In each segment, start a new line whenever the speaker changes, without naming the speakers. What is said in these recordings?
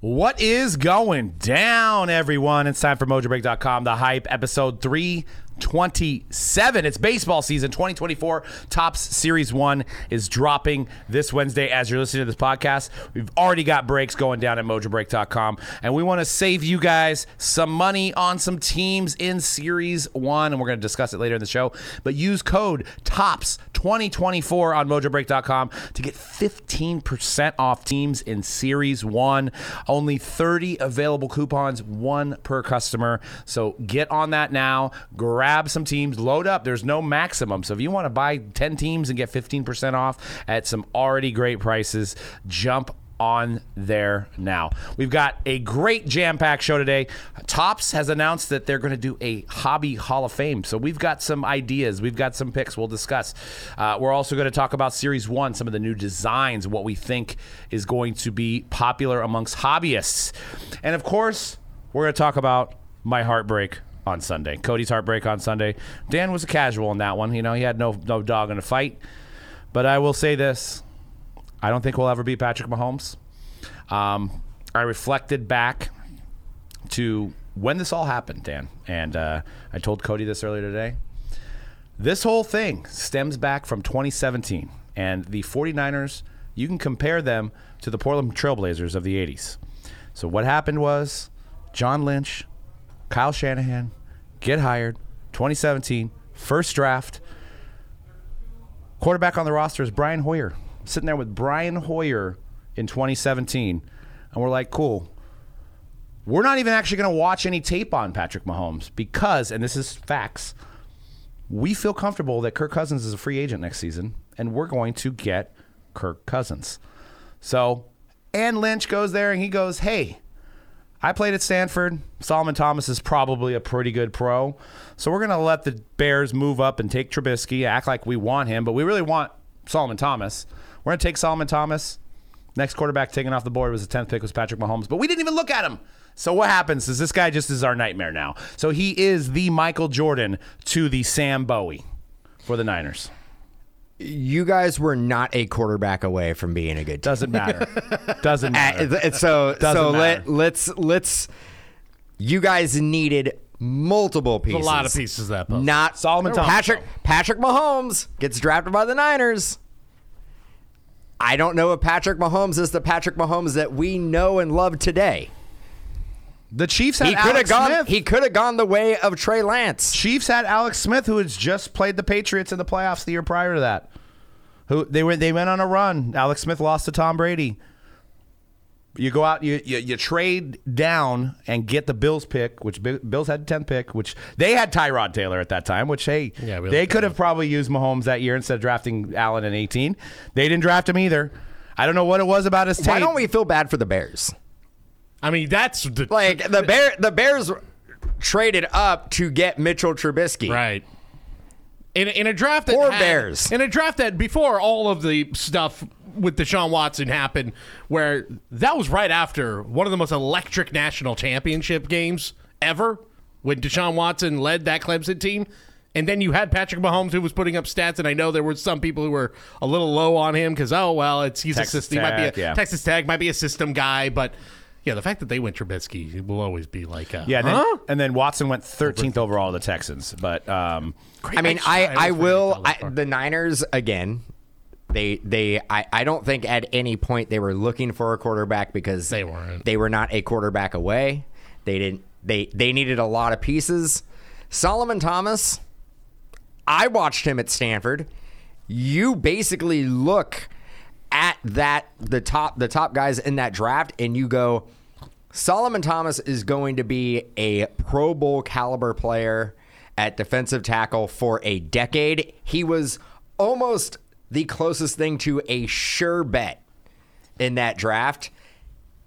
What is going down, everyone? It's time for MojoBreak.com, The Hype, episode 327. It's baseball season 2024. Tops Series 1 is dropping this Wednesday as you're listening to this podcast. We've already got breaks going down at MojoBreak.com, and we want to save you guys some money on some teams in Series 1, and we're going to discuss it later in the show. But use code TOPS2024 on MojoBreak.com to get 15% off teams in Series 1. Only 30 available coupons, one per customer. So get on that now. Grab some teams, load up. There's no maximum. So if you want to buy 10 teams and get 15% off at some already great prices, jump on there now. We've got a great jam packed show today. Tops has announced that they're going to do a hobby Hall of Fame. So we've got some ideas, we've got some picks we'll discuss. Uh, we're also going to talk about Series 1, some of the new designs, what we think is going to be popular amongst hobbyists. And of course, we're going to talk about my heartbreak on Sunday. Cody's heartbreak on Sunday. Dan was a casual in that one. You know, he had no no dog in a fight. But I will say this I don't think we'll ever beat Patrick Mahomes. Um, I reflected back to when this all happened, Dan, and uh, I told Cody this earlier today. This whole thing stems back from 2017, and the 49ers, you can compare them to the Portland Trailblazers of the 80s. So, what happened was John Lynch, Kyle Shanahan get hired 2017, first draft. Quarterback on the roster is Brian Hoyer. Sitting there with Brian Hoyer in 2017, and we're like, cool. We're not even actually going to watch any tape on Patrick Mahomes because, and this is facts, we feel comfortable that Kirk Cousins is a free agent next season, and we're going to get Kirk Cousins. So, and Lynch goes there and he goes, hey, I played at Stanford. Solomon Thomas is probably a pretty good pro. So we're going to let the Bears move up and take Trubisky, act like we want him, but we really want Solomon Thomas. We're going to take Solomon Thomas. Next quarterback taken off the board was the 10th pick was Patrick Mahomes, but we didn't even look at him. So what happens is this guy just is our nightmare now. So he is the Michael Jordan to the Sam Bowie for the Niners.
You guys were not a quarterback away from being a good team.
Doesn't matter. Doesn't matter.
Uh, so
Doesn't
so let
matter.
let's let's you guys needed multiple pieces.
a lot of pieces of that puzzle.
Not
Solomon Thomas,
Patrick Patrick Mahomes gets drafted by the Niners. I don't know if Patrick Mahomes is the Patrick Mahomes that we know and love today.
The Chiefs had
He could have
Alex
gone.
Smith.
He could have gone the way of Trey Lance.
Chiefs had Alex Smith, who had just played the Patriots in the playoffs the year prior to that. Who they went they went on a run. Alex Smith lost to Tom Brady. You go out, you, you you trade down and get the Bills pick, which Bi- Bills had tenth pick, which they had Tyrod Taylor at that time. Which hey,
Yeah, we
they
looked
could have probably used Mahomes that year instead of drafting Allen in eighteen. They didn't draft him either. I don't know what it was about his tape.
Why don't we feel bad for the Bears?
I mean, that's the,
Like the bear, the Bears traded up to get Mitchell Trubisky.
right. In, in a draft that
Or
had-
Bears.
in a draft that before all of the stuff with Deshaun Watson happened, where that was right after one of the most electric national championship games ever, when Deshaun Watson led that Clemson team, and then you had Patrick Mahomes who was putting up stats, and I know there were some people who were a little low on him because oh well, it's he's
Texas
a system, he might
Tech,
be a
yeah.
Texas Tech, might be a system guy, but. Yeah, the fact that they went Trubisky will always be like, uh,
Yeah, and then,
huh?
and then Watson went thirteenth overall to the Texans, but um,
I mean, I,
I
I
was
will.
thinking
I,
about that
the Niners again. They they I, I don't think at any point they were looking for a quarterback because
They weren't.
They were not a quarterback away. They didn't. They they needed a lot of pieces. Solomon Thomas. I watched him at Stanford. You basically look at that the top the top guys in that draft and you go Solomon Thomas is going to be a Pro Bowl caliber player at defensive tackle for a decade. He was almost the closest thing to a sure bet in that draft.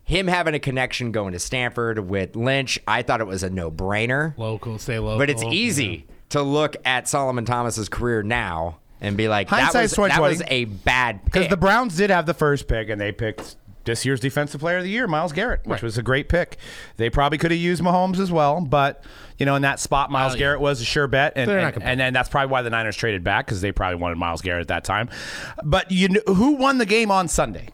Him having a connection going to Stanford with Lynch, I thought it was a no-brainer.
local, stay local.
But it's easy to look at Solomon Thomas's career now and be like, that was,
Hindsight's
that
2020.
was a bad
Because
pick.
the Browns did have the first pick, and they picked this year's Defensive Player of the Year, Miles Garrett, which was a great pick. They probably could have used Mahomes as well, but you know, in that spot, Miles
yeah.
Garrett was a sure bet, and
They're not
and,
gonna-
and then that's probably why the Niners traded back because they probably wanted Miles Garrett at that time. But you know, who won the game on Sunday?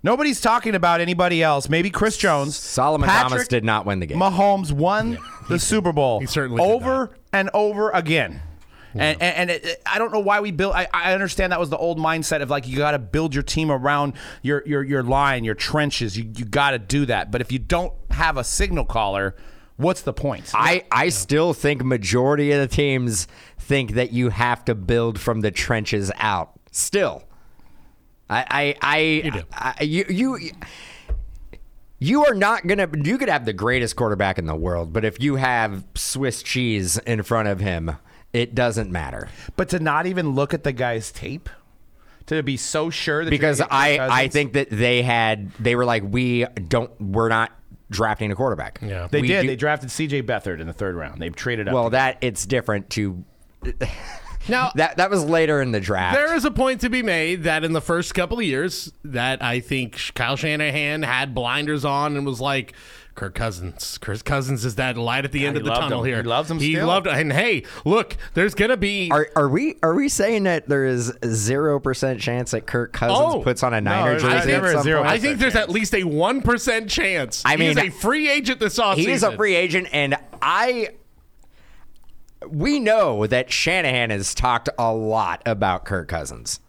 Nobody's talking about anybody else. Maybe Chris Jones.
Solomon
Patrick
Thomas did not win the game.
Mahomes won the Super Bowl.
he certainly did
over and over again. And, and, and it, it- I don't know why we built. I, I understand that was the old mindset of like you got to build your team around your your your line, your trenches. You you got to do that. But if you don't have a signal caller, what's the point?
I, I still think majority of the teams think that you have to build from the trenches out. Still, I I I you
do.
I, you, you you are not gonna. You could have the greatest quarterback in the world, but if you have Swiss cheese in front of him, it doesn't matter
but to not even look at the guy's tape, to be so sure that you're
because
gonna get Kirk
I I
Cousins?
think that they had they were like we don't we're not drafting a quarterback.
Yeah.
they
We
did.
do-
they drafted C.J. Beathard in the third round. They've traded up.
well, that it's different to
Now
that that was later in the draft.
There is a point to be made that in the first couple of years that I think Kyle Shanahan had blinders on and was like, Kirk Cousins. Kirk Cousins is that light at the end
he
of the
loved
tunnel
him.
here.
He loves him
He
still.
loved and hey, look, there's gonna be
Are, are we are we saying that there is zero percent chance that Kirk Cousins
Oh,
puts on a Niner
there's
jersey?
not-
at
never a
some
zero
point?
I think there's at least a one percent chance.
I
he's
mean,
a free agent this offseason.
He is a free agent, and I. We know that Shanahan has talked a lot about Kirk Cousins.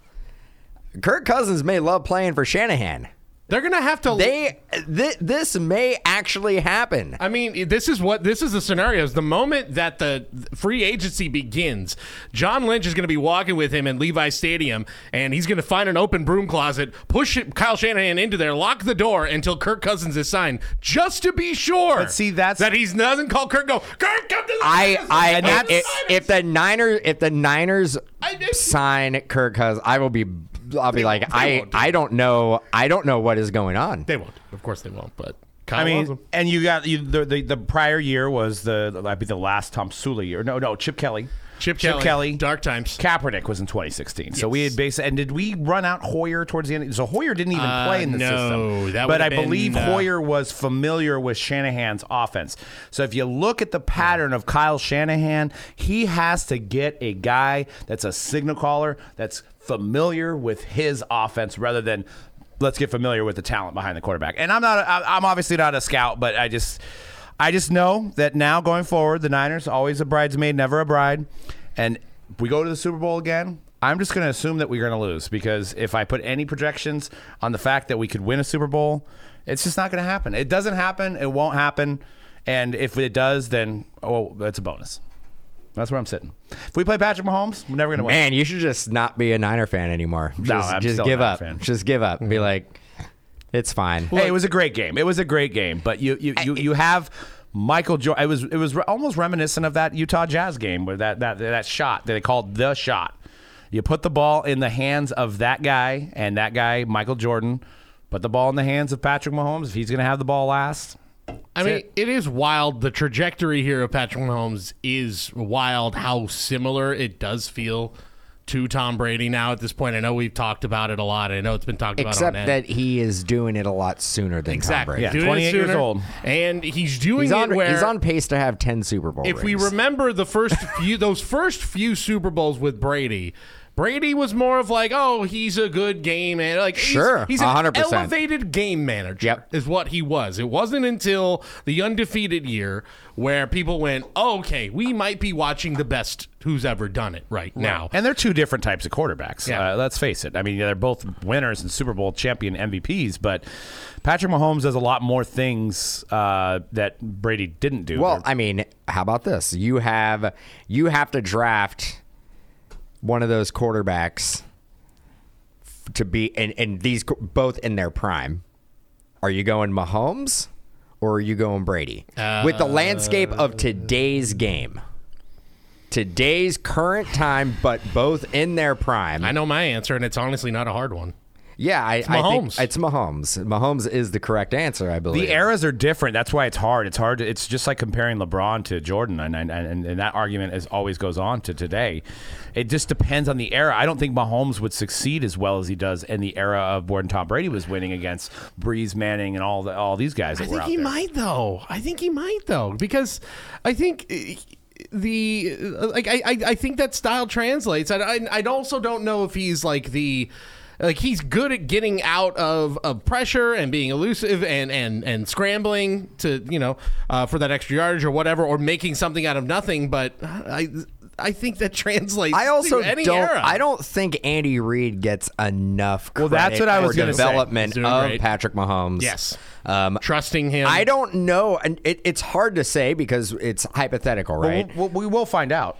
Kirk Cousins may love playing for Shanahan.
They're gonna have to
They th- this may actually happen.
I mean, this is what this is the scenario. Is the moment that the free agency begins, John Lynch is going to be walking with him in Levi Stadium, and he's going to find an open broom closet, push it- Kyle Shanahan into there, lock the door until Kirk Cousins is signed, just to be sure.
But see, that's-
that he doesn't call Kirk. Go, Kirk, come to the
I, I,
And
I
that's-
if, if the Niners, if the Niners
I didn't-
sign Kirk Cousins, I will be, I'll be like,
won't- they
I,
won't do
I don't know, I don't know what is going on.
they won't. Of course they won't. But Kyle
I
loves
mean,
him.
and you got you, the, the the prior year was the I be the last Tom Sula year. No, no, Chip Kelly.
Chip, Kelly, dark times.
Kaepernick was in 2016. So we had base and did we run out Hoyer towards the end? So Hoyer didn't even
Uh,
play in the
no,
system.
that
but
would've
I believe
been, uh,
Hoyer was familiar with Shanahan's offense. So if you look at the pattern of Kyle Shanahan, he has to get a guy that's a signal caller that's familiar with his offense rather than let's get familiar with the talent behind the quarterback. And I'm not a, I- I'm obviously not a scout, but I just I just know that now going forward, the Niners always a bridesmaid, never a bride. And if we go to the Super Bowl again, I'm just going to assume that we're going to lose because if I put any projections on the fact that we could win a Super Bowl, it's just not going to happen. It doesn't happen. It won't happen. And if it does, then oh, that's a bonus. That's where I'm sitting. If we play Patrick Mahomes, we're never going to win.
Man, you should just not be a Niner fan anymore. Just,
I'm
just
still a
give
Niner
up.
fan.
Just give up. Be like, it's fine.
Hey, it was a great game. It was a great game, but you you you, you have Michael Jordan. It was it was re- almost reminiscent of that Utah Jazz game where that that that shot that they called the shot. You put the ball in the hands of that guy, and that guy Michael Jordan. Put the ball in the hands of Patrick Mahomes if he's going to have the ball last.
I mean, it is wild. The trajectory here of Patrick Mahomes is wild. How similar it does feel to Tom Brady now at this point. I know we've talked about it a lot. I know it's been talked
Except
about on
that he is doing it a lot sooner than Tom
exactly
Brady.
Yeah,
Doing it
28 years
sooner.
old.
and he's doing
He's
it
on,
where
he's on pace to have 10 Super Bowl
if we
rings.
remember the first few those first few Super Bowls with Brady. Brady was more of like, oh, he's a good game man. Like, he's-
Sure,
he's, an
100%.
elevated game manager.
Yep.
is what he was. It wasn't until the undefeated year where people went, oh, okay, we might be watching the best who's ever done it right, now.
And they're two different types of quarterbacks.
Yeah.
Uh, let's face it. I mean, they're both winners and Super Bowl champion MVPs, but Patrick Mahomes does a lot more things uh, that Brady didn't do.
Well, I mean, how about this? You have you have to draft one of those quarterbacks f- to be and, and these qu- both in their prime. Are you going Mahomes or are you going Brady? With the landscape of today's game. Today's current time, but both in their prime.
I know my answer, and it's honestly not a hard one.
yeah, I, I think
Mahomes.
it's Mahomes. Mahomes is the correct answer, I believe.
The eras are different. That's why it's hard. It's hard. To, it's just like comparing LeBron to Jordan, and and, and and that argument is always goes on to today. It just depends on the era. I don't think Mahomes would succeed as well as he does in the era of when Tom Brady was winning against Breeze, Manning, and all the, all these guys that were
I think
out
he
there.
might though. I think he might though because I think uh, the uh, like I I, I think that style translates. I, I I also don't know if he's like the Like he's good at getting out of, of pressure and being elusive and and and scrambling to you know uh, for that extra yardage or whatever or making something out of nothing. But I I think that translates.
I also
to any
don't.
Era.
I don't think Andy Reid gets enough. Credit
Well, that's what I was
for
gonna say.
development
He's doing
of
great.
Patrick Mahomes.
Yes.
Um,
trusting him.
I don't know, and it, it's hard to say because it's hypothetical, right?
Well, we we will find out.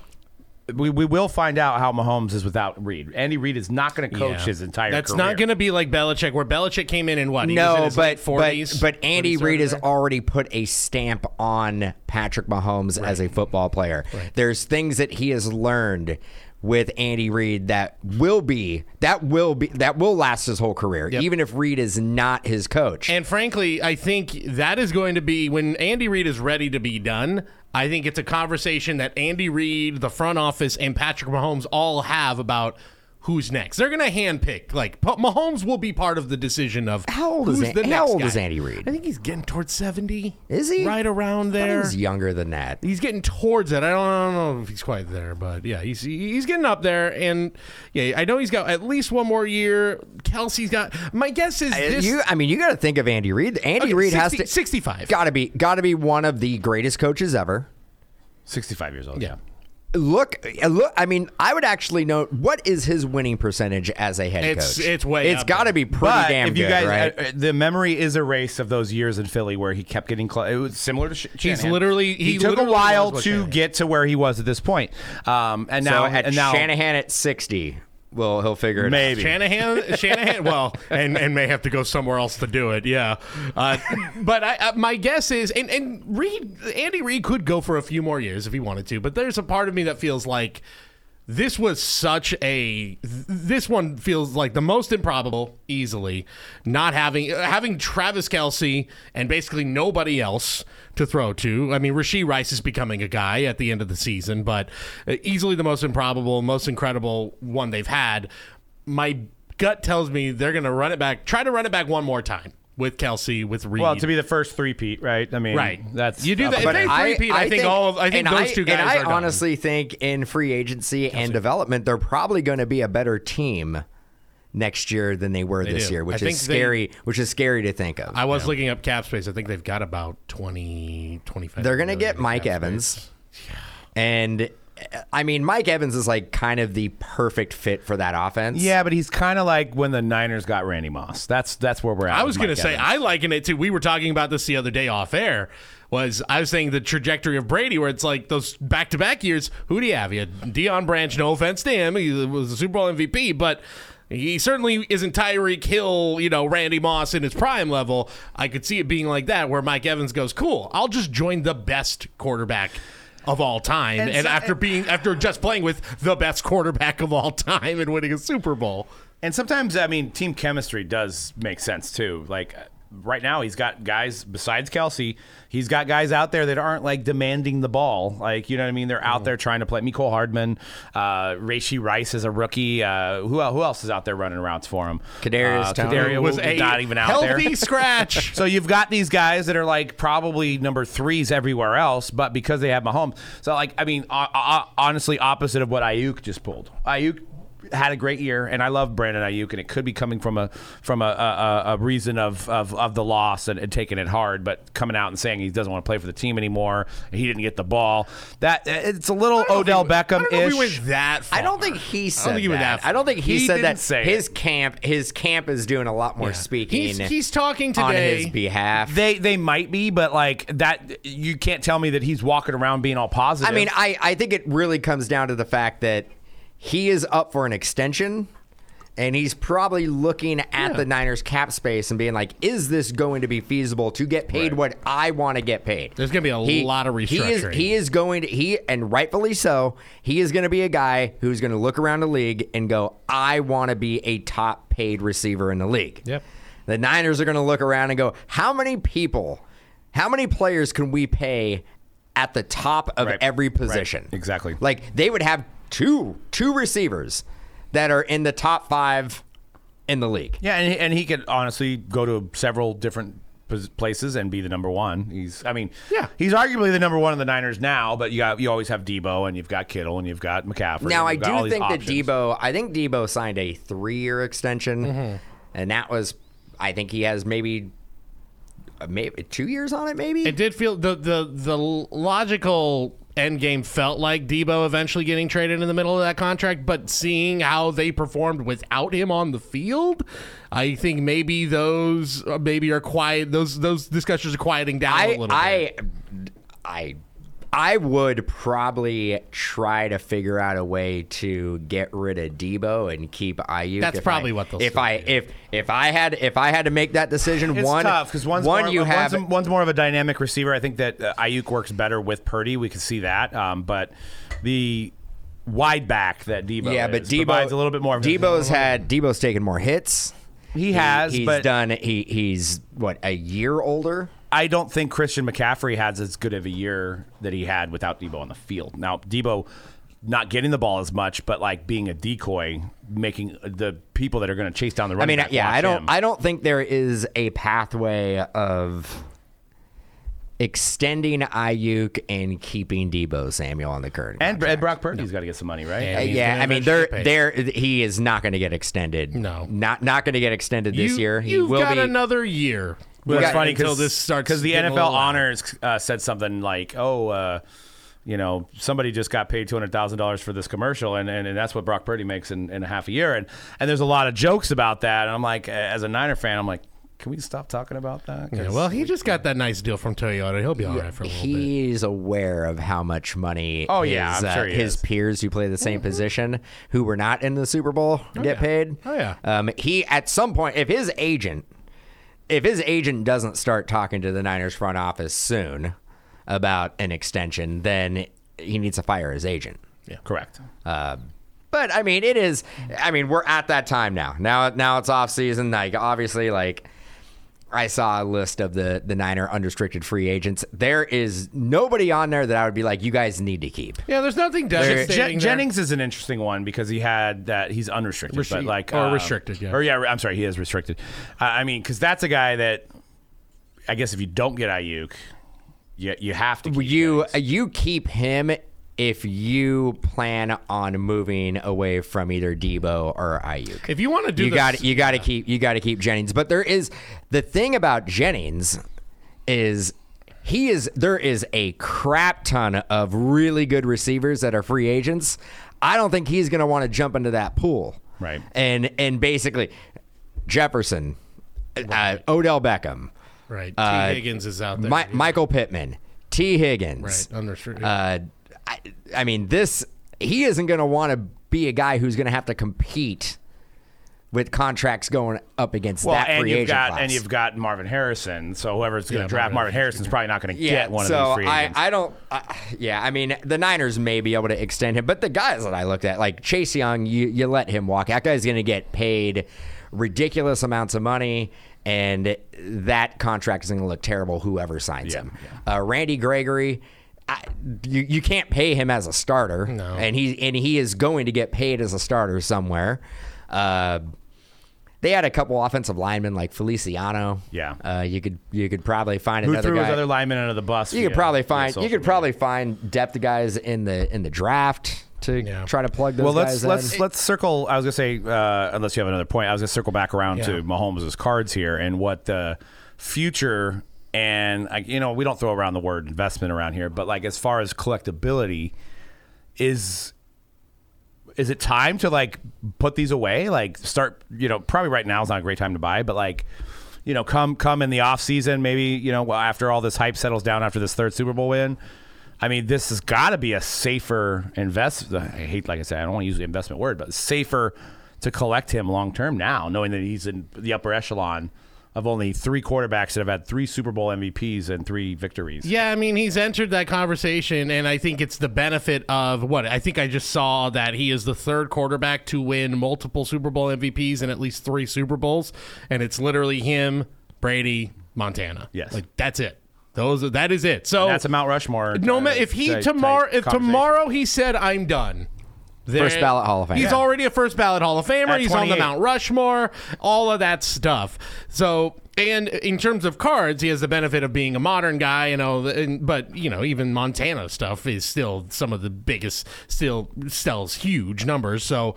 We, we will find out how Mahomes is without Reed. Andy Reid is not going to coach
Yeah.
his entire
That's
career.
not going to be like Belichick, where Belichick came in and what? He was in
no,
his late
but,
40s,
but but
when
Andy
he
Reid
started
has
there?
already put a stamp on Patrick Mahomes as a football player. There's things that he has learned with Andy Reid that will be that will be that will last his whole career, even if Reid is not his coach.
And frankly, I think that is going to be when Andy Reid is ready to be done. I think it's a conversation that Andy Reid, the front office, and Patrick Mahomes all have about who's next. They're going to handpick. Like Pa- Mahomes will be part of the decision of
How old is
who's
An-
the
how
next
old is
guy.
Andy Reid?
I think he's getting towards seventy.
Is he?
right around
I thought he
there?
was younger than that.
he's getting towards it. I don't, I don't know if he's quite there, but yeah, he's he's getting up there, and yeah, I know he's got at least one more year. Kelsey's got. My guess is this.
you, I mean, you got to think of Andy Reid. Andy
Okay,
Reid has
60
to
65.
Got to be, got to be one of the greatest coaches ever.
sixty-five years old.
yeah.
Look, look. I mean, I would actually note what is his winning percentage as a head
It's-
coach.
it's way
It's
up
got to
there.
be pretty
But
damn
if you
good,
guys,
right?
uh, uh, the memory is erased of those years in Philly where he kept getting close. It was similar to Sh-
He's
Shanahan.
literally-
He,
he
took
literally
a while
was what
to
Shanahan-
get to where he was at this point. Um, and now,
so at
and now,
Shanahan at sixty, well, he'll figure it
maybe
Shanahan, Shanahan, well, and, and may have to go somewhere else to do it. Yeah, uh, but I, uh, my guess is, and and Reed, Andy Reid could go for a few more years if he wanted to. But there's a part of me that feels like this was such a this one feels like the most improbable easily not having uh, having travis kelsey and basically nobody else to throw to i mean Rasheed rice is becoming a guy at the end of the season but uh, easily the most improbable most incredible one they've had my gut tells me they're going to run it back try to run it back one more time with kelsey with reed
Well, to be the first three Pete, right? I mean,
right
That's
you do
up
that
there.
if they three-peat, I, think all of i think
and
those two guys
And I
are done.
honestly think in free agency and development, they're probably going to be a better team next year than they were this
do.
year,
I
which
think
is
they-
scary. which is scary to think of.
I was looking up cap space. I think they've got about 20, 25.
They're going to
million
get
in
Mike
cap space.
Evans. And uh, I mean, Mike Evans is like kind of the perfect fit for that offense.
Yeah, but he's kind of like when the Niners got Randy Moss. That's that's where we're at.
I
with
was going
Mike
to say,
Evans.
I liken it to, we were talking about this the other day off air, was I was saying the trajectory of Brady where it's like those back-to-back years, who do you have? You had Deion Branch, no offense to him. He was a Super Bowl MVP, but he certainly isn't Tyreek Hill, you know, Randy Moss in his prime level. I could see it being like that where Mike Evans goes, cool, I'll just join the best quarterback of all time and,
And so-
after being after just playing with the best quarterback of all time and winning a Super Bowl.
And sometimes, I mean, team chemistry does make sense too. Like uh, right now, he's got guys besides Kelsey. He's got guys out there that aren't like demanding the ball. Like you know what I mean? They're out there trying to play. Miko Hardman, uh, Rashi Rice is a rookie. Uh, who el- who else is out there running routes for him?
Kadarius
uh,
Tony.
Kadarius
was
was
a
not even out there.
healthy scratch.
So you've got these guys that are like probably number threes everywhere else, but because they have Mahomes, so like I mean, uh, uh, honestly, opposite of what Ayuk just pulled. Ayuk had a great year, and I love Brandon Ayuk, and it could be coming from a from a, a, a- a reason of, of of the loss and, and taking it hard, but coming out and saying he doesn't want to play for the team anymore, and he didn't get the ball. That it's a little Odell Beckham
I don't know if
ish.
we went that far.
I don't think he said
think he went
that.
that far.
I don't think he,
He
said
didn't
that.
say
his camp, his camp is doing a lot more speaking.
He's, he's talking
on
today.
his behalf.
They they might be, but like that, you can't tell me that he's walking around being all positive.
I mean, I, I think it really comes down to the fact that he is up for an extension and he's probably looking at the Niners cap space and being like, is this going to be feasible to get paid what I want to get paid?
There's gonna be a lot of
He is,
restructuring.
he is going to, he, and rightfully so, he is going to be a guy who's going to look around the league and go, I want to be a top paid receiver in the league.
Yep.
The Niners are going to look around and go, how many people, how many players can we pay at the top of
Right.
every
Right.
position?
Exactly.
Like they would have two two receivers that are in the top five in the league.
Yeah, and, and he could honestly go to several different pos- places and be the number one. He's, I mean,
Yeah.
he's arguably the number one of the Niners now. But you got you always have Debo and you've got Kittle and you've got McCaffrey.
Now I
You've got all
do
these
think that
options.
Debo. I think Debo signed a three-year extension,
Mm-hmm.
and that was. I think he has maybe, uh, maybe two years on it. Maybe
It did feel the the the logical end game felt like Debo eventually getting traded in the middle of that contract, but seeing how they performed without him on the field, I think maybe those uh, maybe are quiet. Those those discussions are quieting down a
I
little. bit.
I I I would probably try to figure out a way to get rid of Debo and keep IU.
That's
if
probably
I,
what they'll
If
still
I
do.
if if I had if I had to make that decision,
It's
one
tough because one's
one
more,
you
one's
have
a- one's, more of a dynamic receiver. I think that uh, Ayuk works better with Purdy. We can see that, um, but the wide back that Debo
yeah, but
is
Debo
provides a little bit more. of-
Debo's had Debo's taken more hits.
he has,
he's
but
done. He he's what a year older.
I don't think Christian McCaffrey has as good of a year that he had without Debo on the field. Now, Debo not getting the ball as much, but like being a decoy, making uh, the people that are going to chase down the
I
running
mean,
back
yeah,
watch
I don't.
him.
I don't think there is a pathway of extending Ayuk and keeping Debo Samuel on the current.
and,
contract.
and Brock Purdy's got to get some money, right?
Yeah.
Uh,
he's
yeah,
gonna
I mean,
eventually
they're,
get
they're he is not going to get extended.
No.
not not going to get extended
You,
this year. He
you've
will
got
be.
another year.
Well, it's
got-
funny
until this starts
because the
getting a
NFL
little loud.
honors uh, said something like, "Oh, uh, you know, somebody just got paid two hundred thousand dollars for this commercial, and, and, and that's what Brock Purdy makes in, in a half a year." And and there's a lot of jokes about that. And I'm like, uh, as a Niner fan, I'm like, can we stop talking about that? 'Cause
Yeah, well, he just got that nice deal from Toyota. He'll be all right for a little bit.
He's aware of how much money
Oh,
his, uh,
yeah, I'm sure he
his
is.
peers who play the same position who were not in the Super Bowl get
yeah.
paid.
Mm-hmm. Oh, yeah.
Um, he at some point if his agent if his agent doesn't start talking to the Niners front office soon about an extension, then he needs to fire his agent.
correct.
Um, But I mean, it is. I mean, we're at that time now. Now, now it's off season. Like, obviously, like I saw a list of the the Niner unrestricted free agents. There is nobody on there that I would be like, you guys need to keep.
Yeah, there's nothing devastating.
Jen-
there.
Jennings is an interesting one because he had that he's unrestricted, but
Restri-
like uh,
or restricted, yeah.
or yeah. I'm sorry, he is restricted. Uh, I mean, because that's a guy that I guess if you don't get Ayuk, you you have to keep
You you keep him if you plan on moving away from either Debo or Ayuk.
If you want to do
you
this,
got you got to keep you got to keep Jennings. But there is the thing about Jennings is he is there is a crap ton of really good receivers that are free agents. I don't think he's going to want to jump into that pool.
Right.
And and basically Jefferson, uh, Odell Beckham,
right. T.
Uh,
Higgins is out there.
Mi- Michael Pittman, T Higgins.
right, unrestricted.
Uh, I, I mean, this he isn't going to want to be a guy who's going to have to compete with contracts going up against
Well,
that free
and you've
agent
got
class.
and you've got Marvin Harrison. So whoever's going to
Yeah,
draft
Marvin
Marvin Harrison's probably not going to
yeah,
get one
so
of these free agents.
I, I don't. I, yeah, I mean, the Niners may be able to extend him, but the guys that I looked at, like Chase Young, you you let him walk. That guy's going to get paid ridiculous amounts of money, and that contract is going to look terrible. Whoever signs him, Uh, Randy Gregory. I, you, you can't pay him as a starter,
No.
and he and he is going to get paid as a starter somewhere. Uh, they had a couple offensive linemen like Feliciano.
Yeah.
uh, you could you could probably find
Who
another
threw
guy.
his other lineman under the bus?
You could probably find you could probably find depth guys in the in the draft to
Yeah.
try to plug those
Well, let's
guys
let's
in.
let's circle. I was gonna say, uh, unless you have another point, I was gonna circle back around
Yeah.
to Mahomes' cards here and what the future and like you know we don't throw around the word investment around here, but like as far as collectability is. Is it time to like put these away? Like start, you know, probably right now is not a great time to buy, but like, you know, come come in the off season, maybe you know, well, after all this hype settles down after this third Super Bowl win, I mean, this has got to be a safer invest. I hate, like I said, I don't want to use the investment word, but safer to collect him long term now, knowing that he's in the upper echelon of only three quarterbacks that have had three Super Bowl MVPs and three victories.
Yeah, I mean, he's entered that conversation, and I think it's the benefit of what I think I just saw that he is the third quarterback to win multiple Super Bowl MVPs and at least three Super Bowls, and it's literally him, Brady, Montana.
Yes.
like that's it. Those are- that is it. So
That's a Mount Rushmore.
no
uh,
ma if he
type-
tomorrow
type
if
conversation.
tomorrow he said I'm done. there-
First ballot Hall of Fame.
He's
Yeah.
already a first ballot Hall of Famer.
At
He's on the
28.
Mount Rushmore, all of that stuff. So And in terms of cards, he has the benefit of being a modern guy, you know. And, but you know, even Montana stuff is still some of the biggest, still sells huge numbers. So,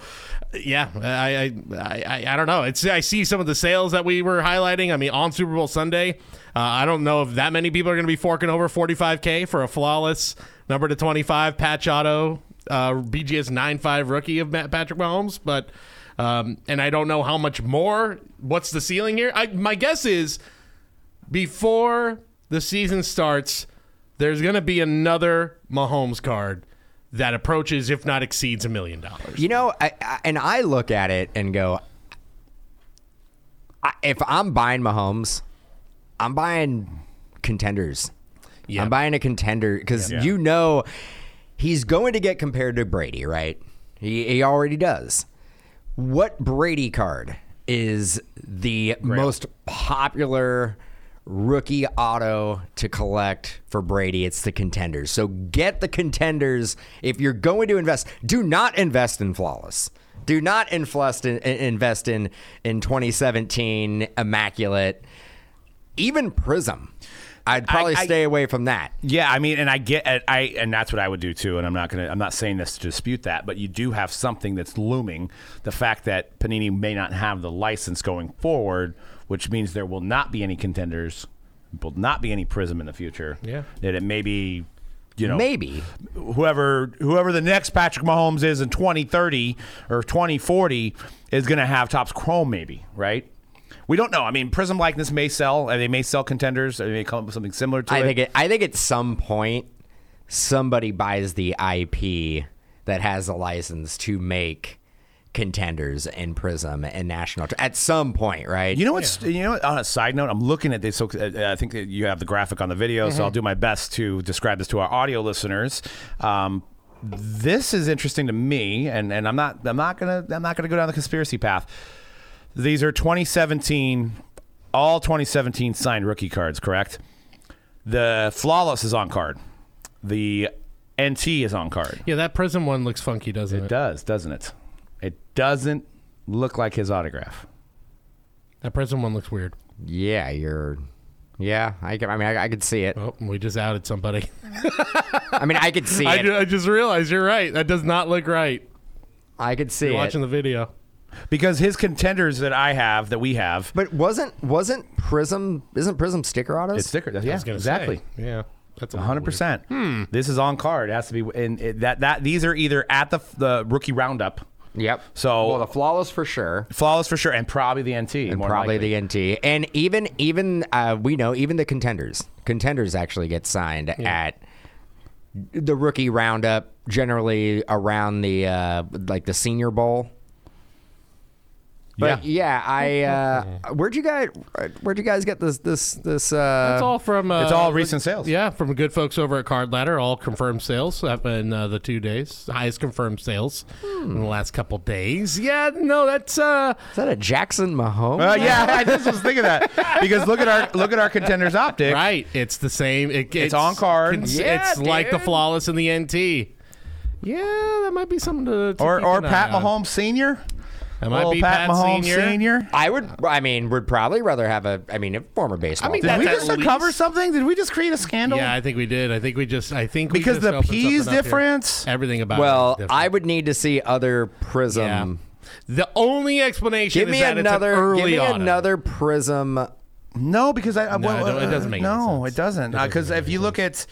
yeah, I I, I, I don't know. It's I see some of the sales that we were highlighting. I mean, on Super Bowl Sunday, uh, I don't know if that many people are going to be forking over 45k for a flawless number to 25 patch auto uh, BGS 9.5 rookie of Matt Patrick Mahomes, but um, and I don't know how much more. What's the ceiling here? I, my guess is before the season starts, there's going to be another Mahomes card that approaches, if not exceeds, a million dollars.
You know, I, I, and I look at it and go, I, if I'm buying Mahomes, I'm buying contenders.
Yeah.
I'm buying a contender because
Yeah.
you know he's going to get compared to Brady, right? He, he already does. What Brady card is the most popular rookie auto to collect for Brady? It's the contenders. So get the contenders if you're going to invest. Do not invest in flawless. Do not inflest in, invest in in 2017 immaculate. Even Prism, I'd probably
I-
stay away from that.
Yeah, I mean, and I get, and I, and that's what I would do too. And I'm not gonna, I'm not saying this to dispute that, but you do have something that's looming. The fact that Panini may not have the license going forward, which means there will not be any contenders, will not be any Prism in the future.
Yeah.
that it may be, you know,
Maybe.
whoever whoever the next Patrick Mahomes is in 2030 or 2040 is going to have tops chrome maybe, right? We don't know. I mean, prism likeness may sell, and they may sell contenders, and they may come up with something similar to
I
it.
think it, I think at some point somebody buys the IP that has a license to make contenders and Prism and National at some point, right?
You know what's you know what, on a side note, I'm looking at this. So uh, I think that you have the graphic on the video, so I'll do my best to describe this to our audio listeners. Um, this is interesting to me, and, and I'm not I'm not gonna I'm not gonna go down the conspiracy path. These are 2017, all 2017 signed rookie cards, correct? The flawless is on card. The NT is on card.
Yeah, that prison one looks funky, doesn't it?
It does, doesn't it? It doesn't look like his autograph.
that prison one looks weird.
yeah, you're. Yeah, I can. I mean, I, I could see it.
Oh, we just outed somebody.
I mean, I could see
I,
it.
ju- I just realized you're right. That does not look right.
I could see
You're
it.
watching the video.
Because his contenders that I have, that we have,
but wasn't wasn't Prism? Isn't Prism sticker autos?
It's sticker. Yeah,
was gonna
exactly.
say. Hmm. Yeah, that's a little
Hundred percent. This is on card. It has to be in it, that that these are either at the the rookie roundup,
Yep.
So-
well, the flawless for sure.
flawless for sure, and probably the NT. And
probably the NT, and even even uh, we know even the contenders. Contenders actually get signed at the rookie roundup, generally around the uh, like the Senior Bowl. But yeah, I uh, where'd you guys where'd you guys get this this this? Uh,
It's all from. Uh,
It's all recent sales.
Yeah, from the good folks over at Card Ladder. All confirmed sales up in uh, the two days. Highest confirmed sales in the last couple days. Yeah, no, that's. uh
is that a Jackson Mahomes?
Uh, yeah, I just was thinking that because look at our look at our contenders optic.
Right. It's the same. It, it's,
on card.
It's,
Yeah,
it's like the
dude.
flawless in the NT. Yeah, that might be something to. to
Or
keep
or
an eye
Pat
on.
Mahomes senior.
That might
Little
be
Pat,
Pat,
Mahomes
Senior.
I would. I mean, would probably rather have a. I mean, a former baseball.
mean,
player.
Did we
That's
just
at
uncover
least-
something? Did we just create a scandal?
Yeah, I think we did. I think we just. I think we
Because
just
the
opened
P's
something up here.
difference?
Everything about.
well,
it is
I
different.
would need to see other Prism.
Yeah. The only explanation
Give
is
me
that
another.
it's an early
give me
auto.
another Prism
No, because I, I-
No,
well,
it don't- it doesn't
uh,
make any
no,
sense.
it doesn't.
It doesn't
Because
make
if you look at,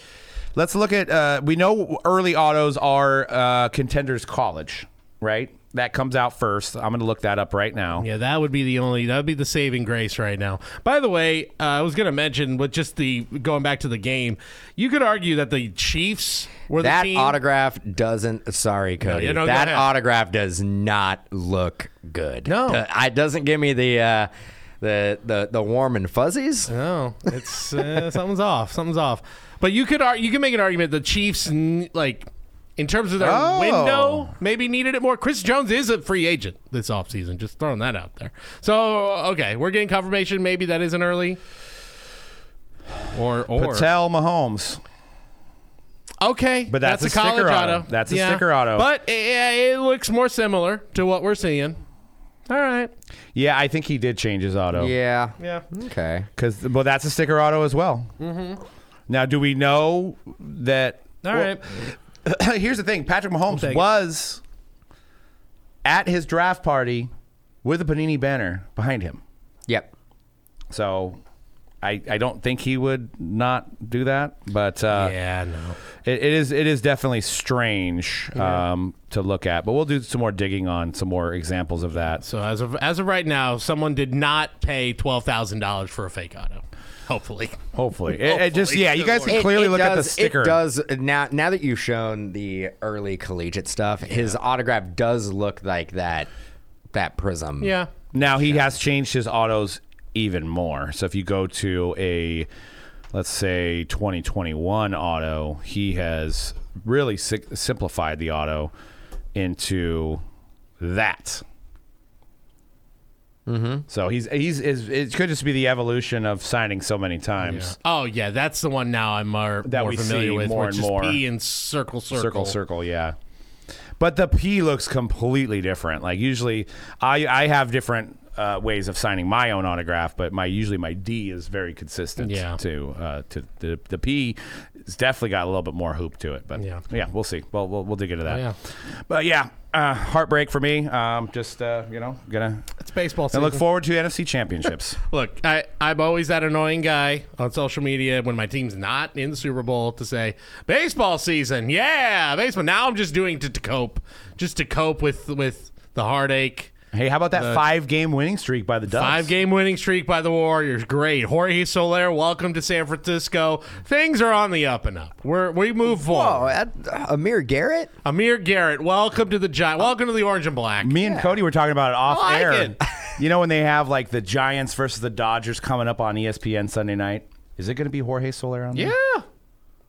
let's look at. Uh, we know early autos are uh, contenders college, right? That comes out first. I'm going to look that up right now.
Yeah, that would be the only that would be the saving grace right now. By the way, uh, I was going to mention with just the going back to the game, you could argue that the Chiefs were
That
the team.
autograph doesn't. Sorry, Cody.
you know, go
that
ahead.
autograph does not look good.
No.
Do- it doesn't give me the uh, the the the warm and fuzzies.
no, it's uh, something's off. Something's off. But you could ar- you can make an argument the Chiefs n- like in terms of their
Oh.
window maybe needed it more. Chris Jones is a free agent this offseason. Just throwing that out there. So okay, we're getting confirmation. Maybe that isn't early. Or or
Patel Mahomes.
Okay,
But that's a
a college
sticker
auto.
auto. That's a sticker auto.
But it, it looks more similar to what we're seeing. all right.
Yeah, I think he did change his auto.
Yeah.
Yeah.
Okay.
Because well, that's a sticker auto as well. Mm-hmm. Now, do we know that?
All
well,
right.
here's the thing: Patrick Mahomes
take it.
was at his draft party with a Panini banner behind him.
Yep.
So, I I don't think he would not do that. But uh,
yeah, no.
it, it is it is definitely strange um, to look at. But we'll do some more digging on some more examples of that.
So as of as of right now, someone did not pay twelve thousand dollars for a fake auto. Hopefully.
Hopefully, It- It, just
Hopefully.
yeah, you guys can
It-
clearly
it
look at the
does-
sticker.
It does now. Now that you've shown the early collegiate stuff, his autograph does look like that. That prism.
Yeah.
Now he has changed his autos even more. So if you go to a let's say 2021 auto, he has really si- simplified the auto into that. Mm-hmm. So he's he's is it could just be the evolution of signing so many times.
Oh yeah, that's the one now I'm more,
That
more
we
familiar
see
with.
more
which
and
is
more.
P and circle circle.
circle circle yeah but the p looks completely different like usually i i have different uh, ways of signing my own autograph but my usually my d is very consistent
Yeah.
to uh, to the, the p it's definitely got a little bit more hoop to it but
Yeah. Oh,
yeah we'll see well we'll, we'll dig into that
yeah.
but yeah uh, heartbreak for me um, just uh, you know gonna
It's baseball
and
season.
look forward to nfc championships
Look, I, I'm always that annoying guy on social media when my team's not in the Super Bowl to say baseball season, yeah, baseball. Now I'm just doing to, to cope, just to cope with with the heartache.
hey how about that five game winning streak by the Dubs?
Five game winning streak by the Warriors, great. Jorge Soler, welcome to San Francisco. Things are on the up and up. We're we move
Oh,
forward.
that- Amir Garrett.
Amir Garrett, welcome to the Giant. Welcome to the Orange and Black.
Me and Cody were talking about it off
Oh, I like
air.
it.
you know when they have like the Giants versus the Dodgers coming up on E ESPN Sunday night? Is it going to be Jorge Soler on there?
Yeah,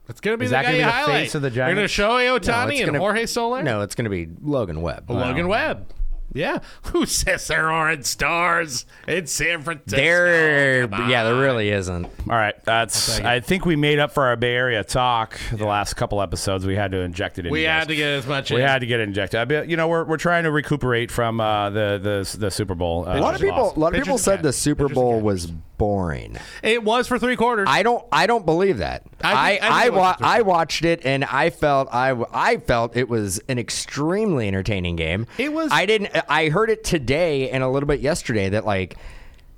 it's gonna be
Is
the
that
guy
gonna
you
be the
highlight.
face of the
You're gonna
Giants?
show Otani
it's
and
gonna-
Jorge Soler.
No, it's going to be Logan Webb.
Logan Webb. Yeah. Who says there aren't stars in San Francisco?
There,
Come on.
yeah, there really isn't.
All right, that's. I think we made up for our Bay Area talk the last couple episodes. We had to inject it. in
We
you
had
guys.
to get as much
We
in.
had to get it injected. I bet- you know, we're, we're trying to recuperate from uh, the, the the Super Bowl. Uh,
A lot of people, a lot of
Pitchers
people
and
said the
catchers.
Super
Pitchers and
Bowl
catchers.
was boring.
It was for three quarters.
I don't, I don't believe that. I,
I think- I
I,
think it was
wa-
the Super
I watched it and I felt, I, w- I felt it was an extremely entertaining game.
It was-
I didn't. I heard it today and a little bit yesterday that like,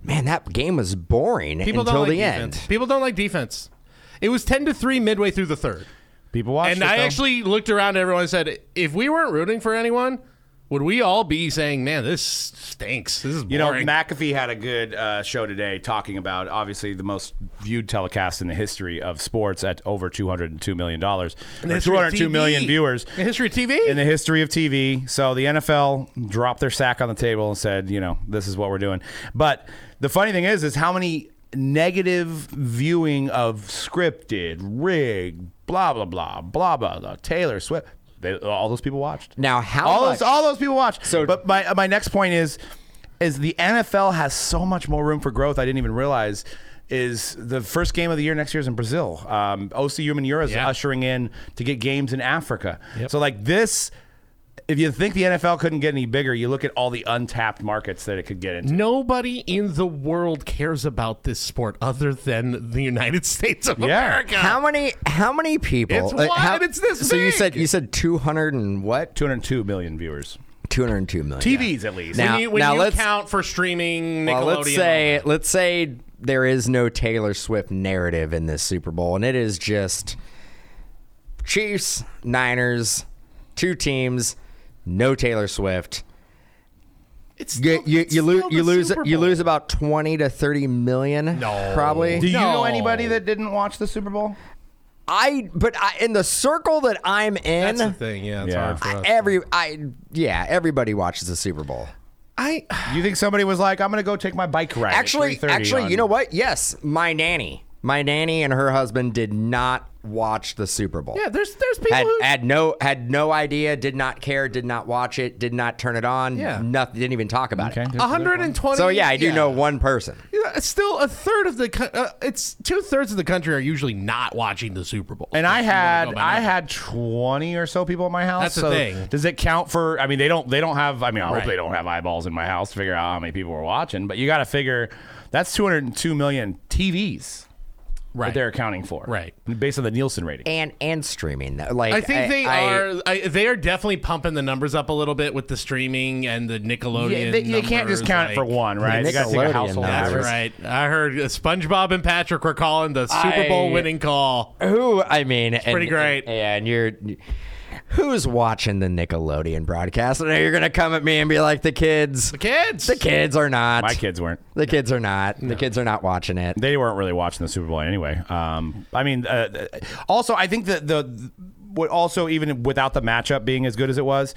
man, that game was boring
People
until
don't like
the
defense.
end.
People don't like defense. It was ten to three midway through the third,
people watched.
and
it,
I
though.
actually looked around. at everyone and said, if we weren't rooting for anyone, would we all be saying, "Man, this stinks. This is boring."
You know, McAfee had a good uh, show today talking about obviously the most viewed telecast in the history of sports at over two hundred and two million dollars,
the
two
history of
hundred two million
TV.
viewers
The history of TV.
in the history of TV. So the NFL dropped their sack on the table and said, you know, this is what we're doing. But the funny thing is, is how many negative viewing of scripted, rigged, blah blah blah blah blah blah. Taylor Swift. They, all those people watched.
Now, how
all
much-
those all those people watched.
So-
but my my next point is is the NFL has so much more room for growth. I didn't even realize is the first game of the year next year is in Brazil. Um, OCU Manura is
Yeah.
ushering in to get games in Africa. So like this. If you think the NFL couldn't get any bigger, you look at all the untapped markets that it could get into.
Nobody in the world cares about this sport other than the United States of America.
How many? How many people?
It's
uh, how-
wide, it's this
So you
big.
said you said two hundred and what?
202 million viewers.
Two hundred two million.
TVs at least.
Now-
when you, when you
let's-
count for streaming Nickelodeon.
Well, Uh, let's say let's say there is no Taylor Swift narrative in this Super Bowl, and it is just Chiefs, Niners, two teams, no Taylor Swift.
it's
You
still-
you,
it's
you,
still
lo-
the
you lose
Super
you
Bowl.
lose about twenty to thirty million.
No.
probably.
Do you
No.
know anybody that didn't watch the Super Bowl?
I but I, in the circle that I'm in,
That's the thing. Yeah, it's
Yeah.
hard for us.
every I eh, yeah everybody watches the Super Bowl.
I
You think somebody was like, "I'm going to go take my bike ride"? at
Actually,
3:30
actually,
on-
you know what? Yes, my nanny. My nanny and her husband did not watch the Super Bowl.
Yeah, there's there's people
had,
who
had no had no idea, did not care, did not watch it, did not turn it on.
Yeah.
nothing, didn't even talk about
Okay.
it.
120.
So yeah, I do know one person.
Yeah, it's still a third of the. co- Uh, it's two thirds of the country are usually not watching the Super Bowl.
And I
If you wanna
had
go by
I
that.
had twenty or so people in my house.
That's the
so
thing.
Does it count for? I mean, they don't they don't have. I mean, I hope
Right.
they don't have eyeballs in my house to figure out how many people were watching. But you got to figure that's two hundred and two million TVs that
right
they're accounting for,
Right.
Based on the Nielsen rating.
And and streaming though. Like
I think they
I-
are. I, they are definitely pumping the numbers up a little bit with the streaming and the Nickelodeon.
Yeah, they- you can't just
numbers,
count it for
like-
one, right? You got to take
Nickelodeon
a household
numbers.
That's
average.
right. I heard SpongeBob and Patrick were calling the Super Bowl
I-
winning call.
Who I mean, and-
pretty great.
and- yeah, and you're who's watching the Nickelodeon broadcast? And you're gonna come at me and be like, the kids,
The kids.
the kids are not.
My kids weren't.
The kids are not. The kids are not watching it.
they weren't really watching the Super Bowl anyway. Um, I mean, uh, also I think that the what also even without the matchup being as good as it was,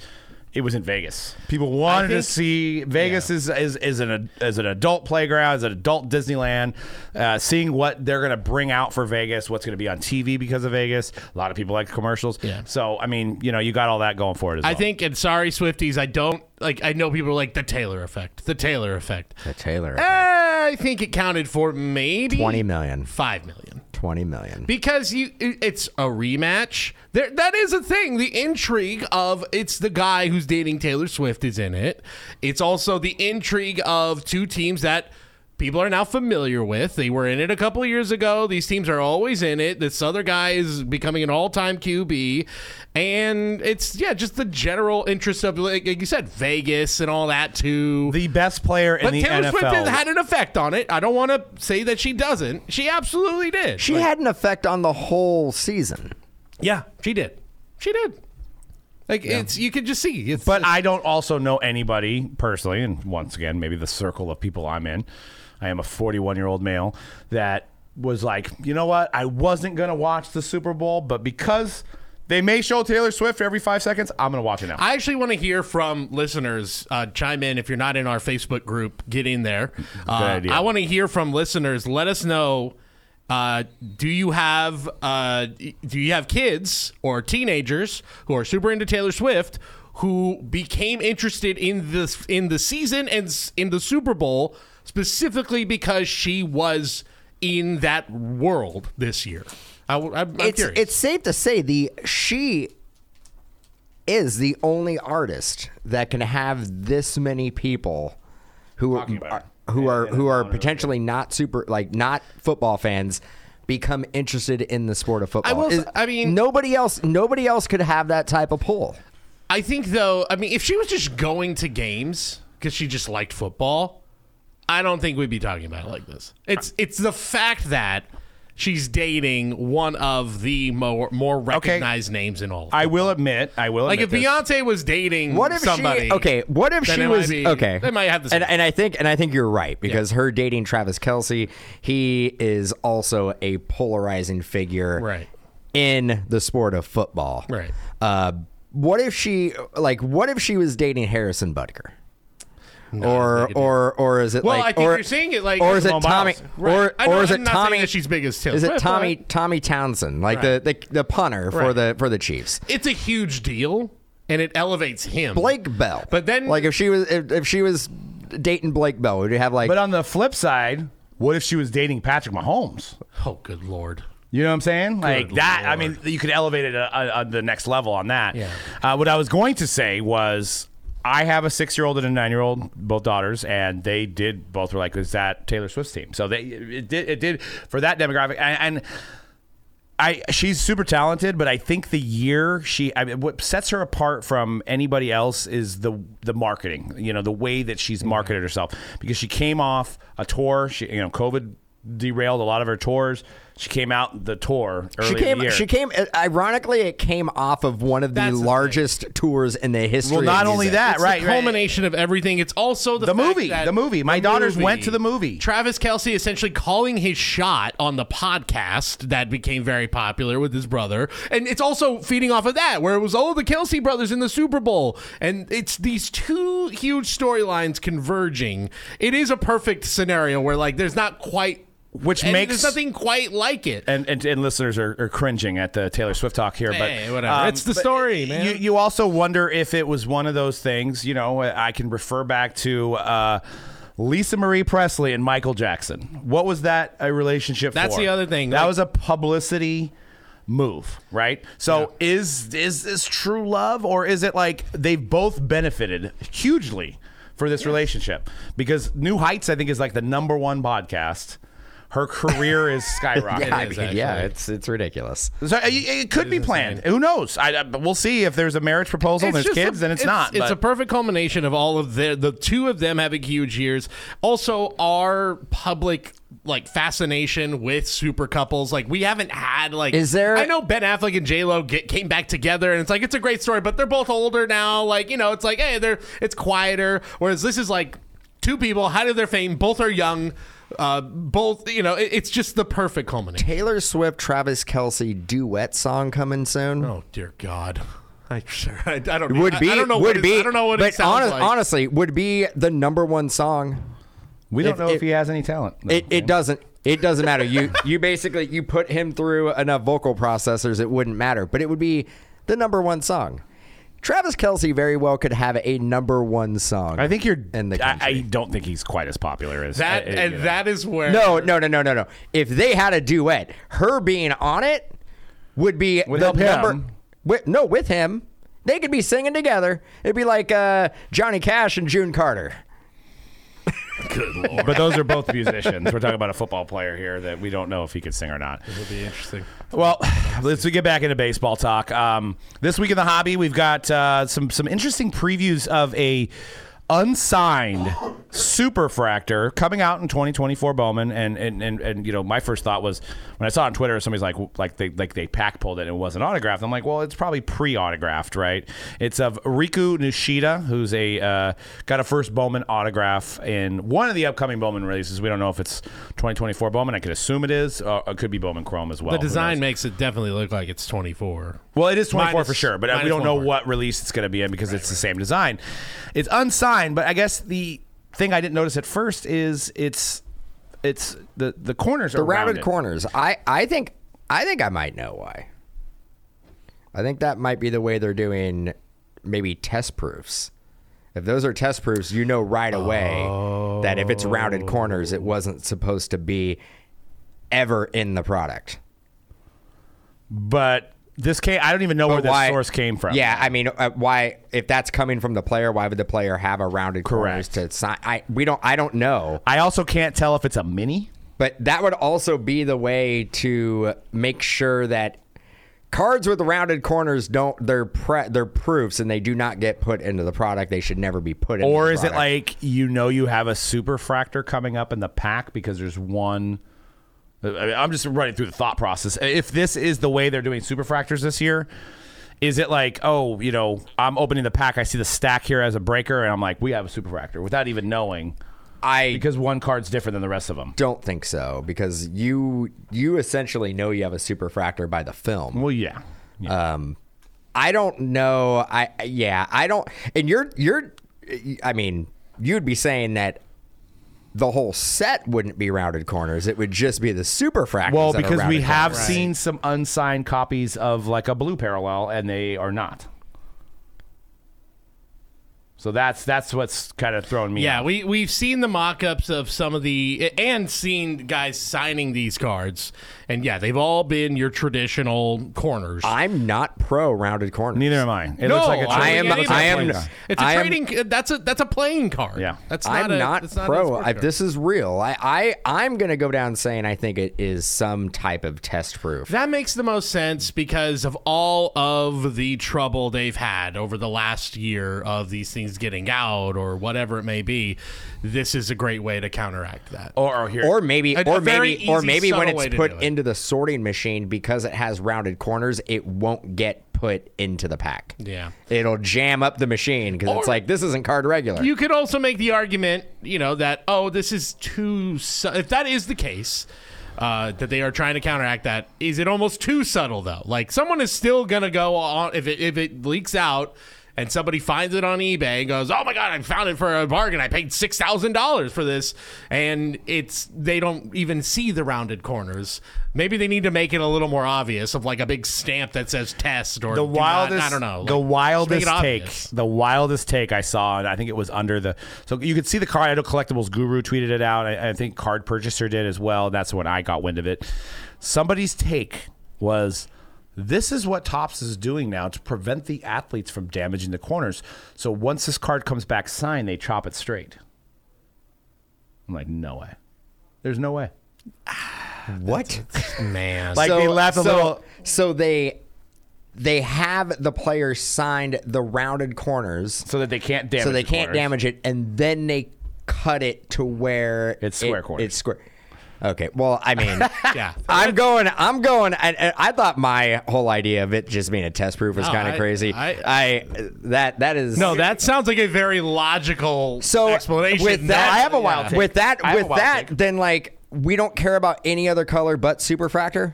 it was in Vegas. People wanted to
think-
see Vegas is is is an as an adult playground, as an adult Disneyland. Uh, seeing what they're going to bring out for Vegas, what's going to be on TV because of Vegas. A lot of people like commercials.
Yeah.
So I mean, you know, you got all that going for it as
I
well.
think, and sorry, Swifties, I don't like. I know people are like the Taylor effect. The Taylor effect. Eh,
The Taylor,
I think it counted for maybe
twenty million,
five million.
twenty million.
because you it- it's a rematch there that is a thing the intrigue of it's the guy who's dating taylor swift is in it it's also the intrigue of two teams that people are now familiar with they were in it a couple of years ago these teams are always in it this other guy is becoming an all-time qb and it's yeah just the general interest of like, like you said vegas and all that too
the best player in
but
the
Taylor
NFL.
Swift has had an effect on it. I don't want to say that she doesn't. She absolutely did.
She had an effect on the whole season.
Yeah, she did. She did. Like it's you could just see. It's,
But I don't also know anybody personally, and once again, maybe the circle of people I'm in. I am a 41 year old male that was like, you know what? I wasn't going to watch the Super Bowl, but because they may show Taylor Swift every five seconds, I'm going to watch it now.
I actually want to hear from listeners. Uh, chime in if you're not in our Facebook group. Get in there. Uh,
idea.
I want to hear from listeners. Let us know. Uh, do you have uh, do you have kids or teenagers who are super into Taylor Swift who became interested in this in the season and s- in the Super Bowl specifically because she was in that world this year? I, am
it's
curious.
it's safe to say the she is the only artist that can have this many people who
Talking about
are,
it.
who
Yeah,
are
yeah,
who
I
are
don't really
potentially not super like not football fans become interested in the sport of football.
will s- I mean-
nobody else nobody else could have that type of pull.
I think though, I mean, if she was just going to games because she just liked football, I don't think we'd be talking about it like this. It's it's the fact that she's dating one of the more more recognized names in all. Of
I
football.
will admit, I will
like if
admit this.
Beyonce was dating
What if
somebody?
she? Okay, what if
then
she
it might
was
be-
okay?
they might have the same-
and, and I think and I think you're right because her dating Travis Kelsey, he is also a polarizing figure,
Right.
in the sport of football,
Right.
Uh, what if she like? What if she was dating Harrison Butker? or or or is it
Well,
like?
I think
or,
you're seeing it like-
or is it
Simone
Tommy?
Biles.
Or,
I know-
or is
I'm
it
not saying
Tommy?
that she's big as Taylor
Is it
Swift,
Tommy
but-
Tommy Townsend, like the, the the punter for
Right.
the for the Chiefs?
it's a huge deal, and it elevates him.
Blake Bell.
But then-
like if she was if, if she was dating Blake Bell, would you have like
but on the flip side, what if she was dating Patrick Mahomes?
Oh, good lord!
You know what I'm saying? Like that. I mean,
lord.
you could elevate it uh, uh, on the next level on that.
Yeah.
Uh, what I was going to say was, I have a six year old and a nine year old, both daughters, and they did both were like, "Is that Taylor Swift's team?" So they it did it did for that demographic and. and I she's super talented, but I think the year she I mean, what sets her apart from anybody else is the the marketing. You know, the way that she's marketed herself because she came off a tour. She you know COVID derailed a lot of her tours. She came out the tour early
she
in the
came
year.
she came ironically it came off of one of the
That's the thing.
largest tours in the history
well,
of
not only
music.
that,
It's
right?
the
right.
culmination of everything. It's also the,
The
fact
movie,
that-
the movie. My daughters went to the movie.
Travis Kelsey essentially calling his shot on the podcast that became very popular with his brother, and it's also feeding off of that, where it was all the Kelsey brothers in the Super Bowl, and it's these two huge storylines converging. It is a perfect scenario where like there's not quite
which
And
makes
there's nothing quite like it.
and, and, and listeners are, are cringing at the Taylor Swift talk here,
Hey,
but um,
whatever. It's the
but
story, man.
You, you also wonder if it was one of those things. You know, I can refer back to uh, Lisa Marie Presley and Michael Jackson. What was that a relationship?
That's
for?
the other thing,
That
like-
was a publicity move, right? So is is this true love, or is it like they've both benefited hugely for this relationship? Because New Heights, I think, is like the number one podcast. Her career is skyrocketing.
yeah, I
is,
mean, yeah,
actually.
it's it's ridiculous.
So uh, it, it could be planned. Who knows? I, I- but we'll see if there's a marriage proposal and there's
just a-
kids, then it's, not.
It's
but
a perfect culmination of all of the the two of them having huge years. Also, our public like fascination with super couples. Like we haven't had like
Is there-
I know Ben Affleck and J Lo get came back together, and it's like it's a great story. But they're both older now. Like you know, it's like hey, they're it's quieter. Whereas this is like two people height of their fame. Both are young. Uh, both you know, it, it's just the perfect culmination.
Taylor Swift, Travis Kelsey duet song coming soon.
Oh dear God. I, I, I don't
Would
I-
be
I, don't know
would
what it-
be
I don't know what
but
it sounds
hone-
like.
honestly would be the number one song.
we don't
if-
know if,
if-
he has any talent. though.
It, it doesn't it doesn't matter. You you basically you put him through enough vocal processors, it wouldn't matter. But it would be the number one song. Travis Kelsey very well could have a number one song.
I think you're.
in the
I, I
country.
don't think he's quite as popular as
That
uh, uh,
and
you know.
that is where
no no no no no no. If they had a duet, her being on it would be
Without
the number.
him.
wi- no, with him, they could be singing together. It'd be like uh, Johnny Cash and June Carter.
But those are both musicians. We're talking about a football player here that we don't know if he could sing or not.
would be interesting.
Well, let's we get back into baseball talk. Um, this week in the hobby, we've got uh, some some interesting previews of a unsigned superfractor coming out in 2024 Bowman. And and, and and you know, my first thought was when I saw it on Twitter, somebody's like like they like they pack pulled it and it wasn't autographed. I'm like, well, it's probably pre autographed, right? It's of Riku Nishida, who's a uh, got a first Bowman autograph in one of the upcoming Bowman releases. We don't know if it's 2024 Bowman. I could assume it is. Or it could be Bowman Chrome as well.
The
Who
design
knows?
makes it definitely look like it's 24.
Well, it is 24
Minus-
for sure, but uh, we
minus
don't
one
know
more.
what release it's going to be in because it's the same design. It's unsigned, but I guess the thing I didn't notice at first is it's it's the the corners are
The rounded
rounded.
corners. I, I think I think I might know why. I think that might be the way they're doing maybe test proofs. If those are test proofs, you know right away that if it's rounded corners, it wasn't supposed to be ever in the product.
But this came I don't even know where this
why-
source came from.
Yeah, I mean, uh, why if that's coming from the player, why would the player have a rounded corners
Correct.
to sign? I we don't. I don't know.
I also can't tell if it's a mini.
But that would also be the way to make sure that cards with rounded corners don't they're pre, they're proofs and they do not get put into the product. They should never be put into
Or
the
is it
product.
like you know you have a super fractor coming up in the pack because there's one I mean, I'm just running through the thought process. If this is the way they're doing super fractors this year, is it like, oh, you know, I'm opening the pack, I see the stack here as a breaker, and I'm like, we have a super fractor without even knowing
I
because one card's different than the rest of them.
don't think so because you you essentially know you have a superfractor by the film.
Well, yeah. Yeah.
Um, I don't know. I yeah, I don't. And you're you're. I mean, you'd be saying that the whole set wouldn't be rounded corners. It would just be the superfractors.
well,
that are
because we
rounded
have
corners.
seen some unsigned copies of like a blue parallel, and they are not. So that's that's what's kind of thrown me.
Yeah,
off.
we we've seen the mock-ups of some of the and seen guys signing these cards, and yeah, they've all been your traditional corners.
I'm not pro rounded corners.
Neither am I. It
no,
looks like a
I
trading-
am-
it looks like
I
a
am-
playing
It's
card.
it's a
I am-
trading. That's a that's a playing card.
Yeah.
that's not
I'm
a,
not
that's not a
pro.
sports
I,
card.
this is real. I, I I'm gonna go down saying I think it is some type of test proof.
That makes the most sense because of all of the trouble they've had over the last year of these things getting out or whatever it may be. This is a great way to counteract that.
Or, or here,
Or maybe,
A- a
or
very
maybe, or
easy,
maybe when
subtle way
it's
to
put
do it.
into the sorting machine because it has rounded corners, it won't get put into the pack.
Yeah.
it'll jam up the machine because it's
Or-
like this isn't card regular.
You could also make the argument, you know, that oh, this is too. Su- if that is the case, uh, that they are trying to counteract that, is it almost too subtle though? Like someone is still gonna go on if it if it leaks out. and somebody finds it on eBay and goes, "Oh my god, I found it for a bargain. I paid six thousand dollars for this," and it's they don't even see the rounded corners. Maybe they need to make it a little more obvious, of like a big stamp that says "test" or
the
"do not,"
wildest
I don't know.
the
like, just make
wildest
it
take
obvious.
the wildest take I saw and I think it was under the so you could see the card I know collectibles guru tweeted it out I, I think card purchaser did as well that's when I got wind of it somebody's take was this is what Tops is doing now to prevent the athletes from damaging the corners so once this card comes back signed they chop it straight I'm like no way there's no way
What?
Man,
Like- they left a
so,
little-
So they they have the player signed the rounded corners,
so that they can't damage
so they
the
can't
corners.
damage it, and then they cut it to where
It's square
it-
corners.
It's square. Okay. Well, I mean,
yeah.
I'm going. I'm going. I, I- I thought my whole idea of it just being a test proof was
No,
kind of
I-
crazy. I,
I-
that that is
No, that sounds like a very logical
so
explanation.
With that,
I have a wild take.
With that,
I have a
with
wild
that,
take.
then like we don't care about any other color but superfractor.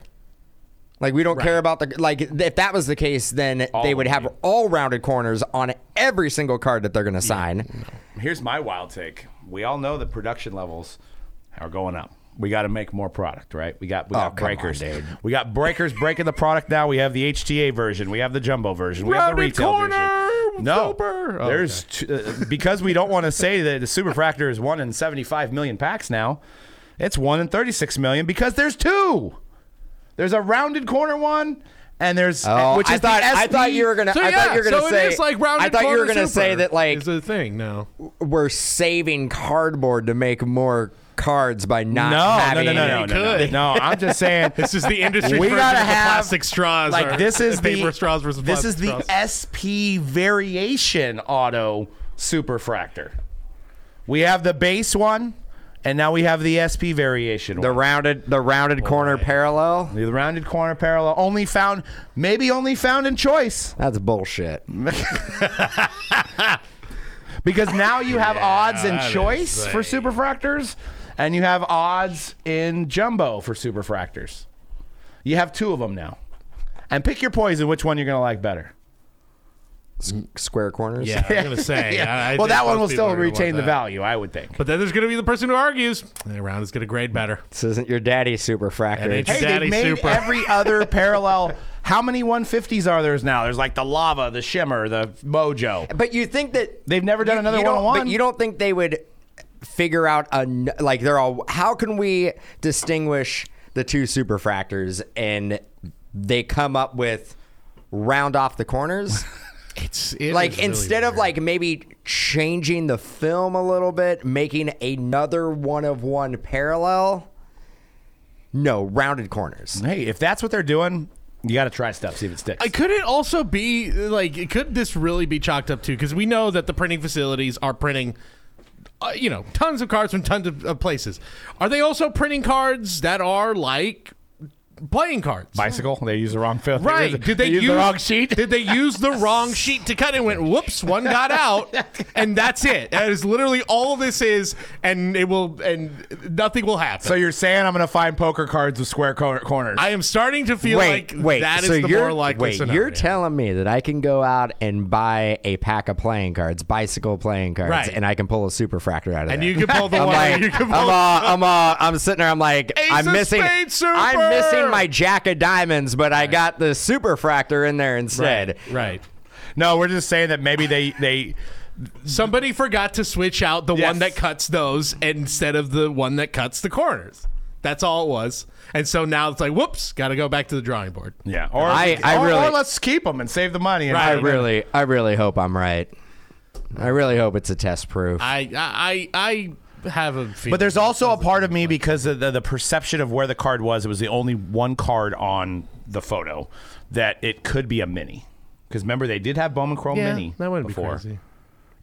Like we don't care about the like. If that was the case, then they would
of
have all rounded corners on every single card that they're going to sign.
Here's my wild take. We all know the production levels are going up. We got to make more product, right? We got we got
Oh, come on,
breakers,
dude.
We got breakers breaking the product now. We have the HTA version. We have the jumbo version. We have the
Rounded
retail
corner,
version. No,
super. Oh,
there's two, uh, because we don't want to say that the superfractor is one in 75 million packs now. It's one in 36 million because there's two. There's a rounded corner one, and there's
Oh,
which is
I thought
the E
I
SD
thought you were gonna
So,
I
yeah,
thought you were gonna
so
say
it is like rounded
I thought you were
corner
gonna say
super
that like
is the thing. No,
we're saving cardboard to make more cards by not
No, no,
having
no, no, no,
They
no, no.
could.
No, I'm just saying
This is the industry
we
version
gotta
of the
have
plastic straws
Like
or
this is
paper
the,
straws versus
this
plastic
is the SP variation auto superfractor. We have the base one, and now we have the SP variation.
the
one.
rounded the rounded corner parallel.
The rounded corner parallel only found, maybe only found in choice,
That's bullshit.
because now you have odds in
that is
choice for
like-
superfractors, and you have odds in jumbo for superfractors. You have two of them now, and pick your poison. Which one you're gonna like better?
S- square corners.
Yeah, I'm gonna say. I- I
well,
think
that one
most
will
people
still
are gonna want
retain the
that.
value, I would think.
But then there's gonna be the person who argues the round is gonna grade better.
This isn't your daddy super fractor.
And they
Hey,
It's-
they
Daddy
made
Super.
every other parallel. How many 150s are there now? There's like the lava, the shimmer, the mojo.
but you think that
They've never done
you-
another
you don't-
one-on-one.
But you don't think they would figure out a n- like they're all. How can we distinguish the two super fractors and they come up with round off the corners?
It's it
like
is really
instead of
weird.
like maybe changing the film a little bit, making another one of one parallel. No rounded corners.
Hey, if that's what they're doing, you got to try stuff, see if it sticks.
Uh, Could it also be like? Could this really be chalked up to? Because we know that the printing facilities are printing, uh, you know, tons of cards from tons of, of places. Are they also printing cards that are like playing cards?
Bicycle, they use the wrong film.
Right? Did they, use
the wrong sheet?
Did they use the wrong sheet to cut? It went whoops, one got out, and that's it. That is literally all this is, and it will, and nothing will happen.
So you're saying I'm going to find poker cards with square cor- corners?
I am starting to feel
Wait,
like
wait.
that is
so
the
you're
more likely
wait.
scenario.
You're telling me that I can go out and buy a pack of playing cards, bicycle playing cards,
Right.
and I can pull a super fractor out of
and
that.
you can pull the
I'm
one.
like,
you can
I'm,
pull
uh, I'm, uh, I'm sitting there. I'm like,
Ace
I'm
of
missing,
spades, super!
I'm missing my jack of diamonds, but I got the super fractor in there instead.
Right.
no, we're just saying that maybe they they
Somebody forgot to switch out the
Yes.
one that cuts those instead of the one that cuts the corners. That's all it was. And so now it's like, whoops, got to go back to the drawing board.
yeah. Or
I- I
or-
really-
or let's keep them and save the money. And
Right.
I
I don't know.
really, I really hope I'm right. I really hope it's a test proof.
I I I, I have a feeling.
But there's also a part of me because of the, the perception of where the card was. It was the only one card on the photo that it could be a mini. Because remember, they did have Bowman Chrome
yeah,
mini
that wouldn't
before.
be crazy.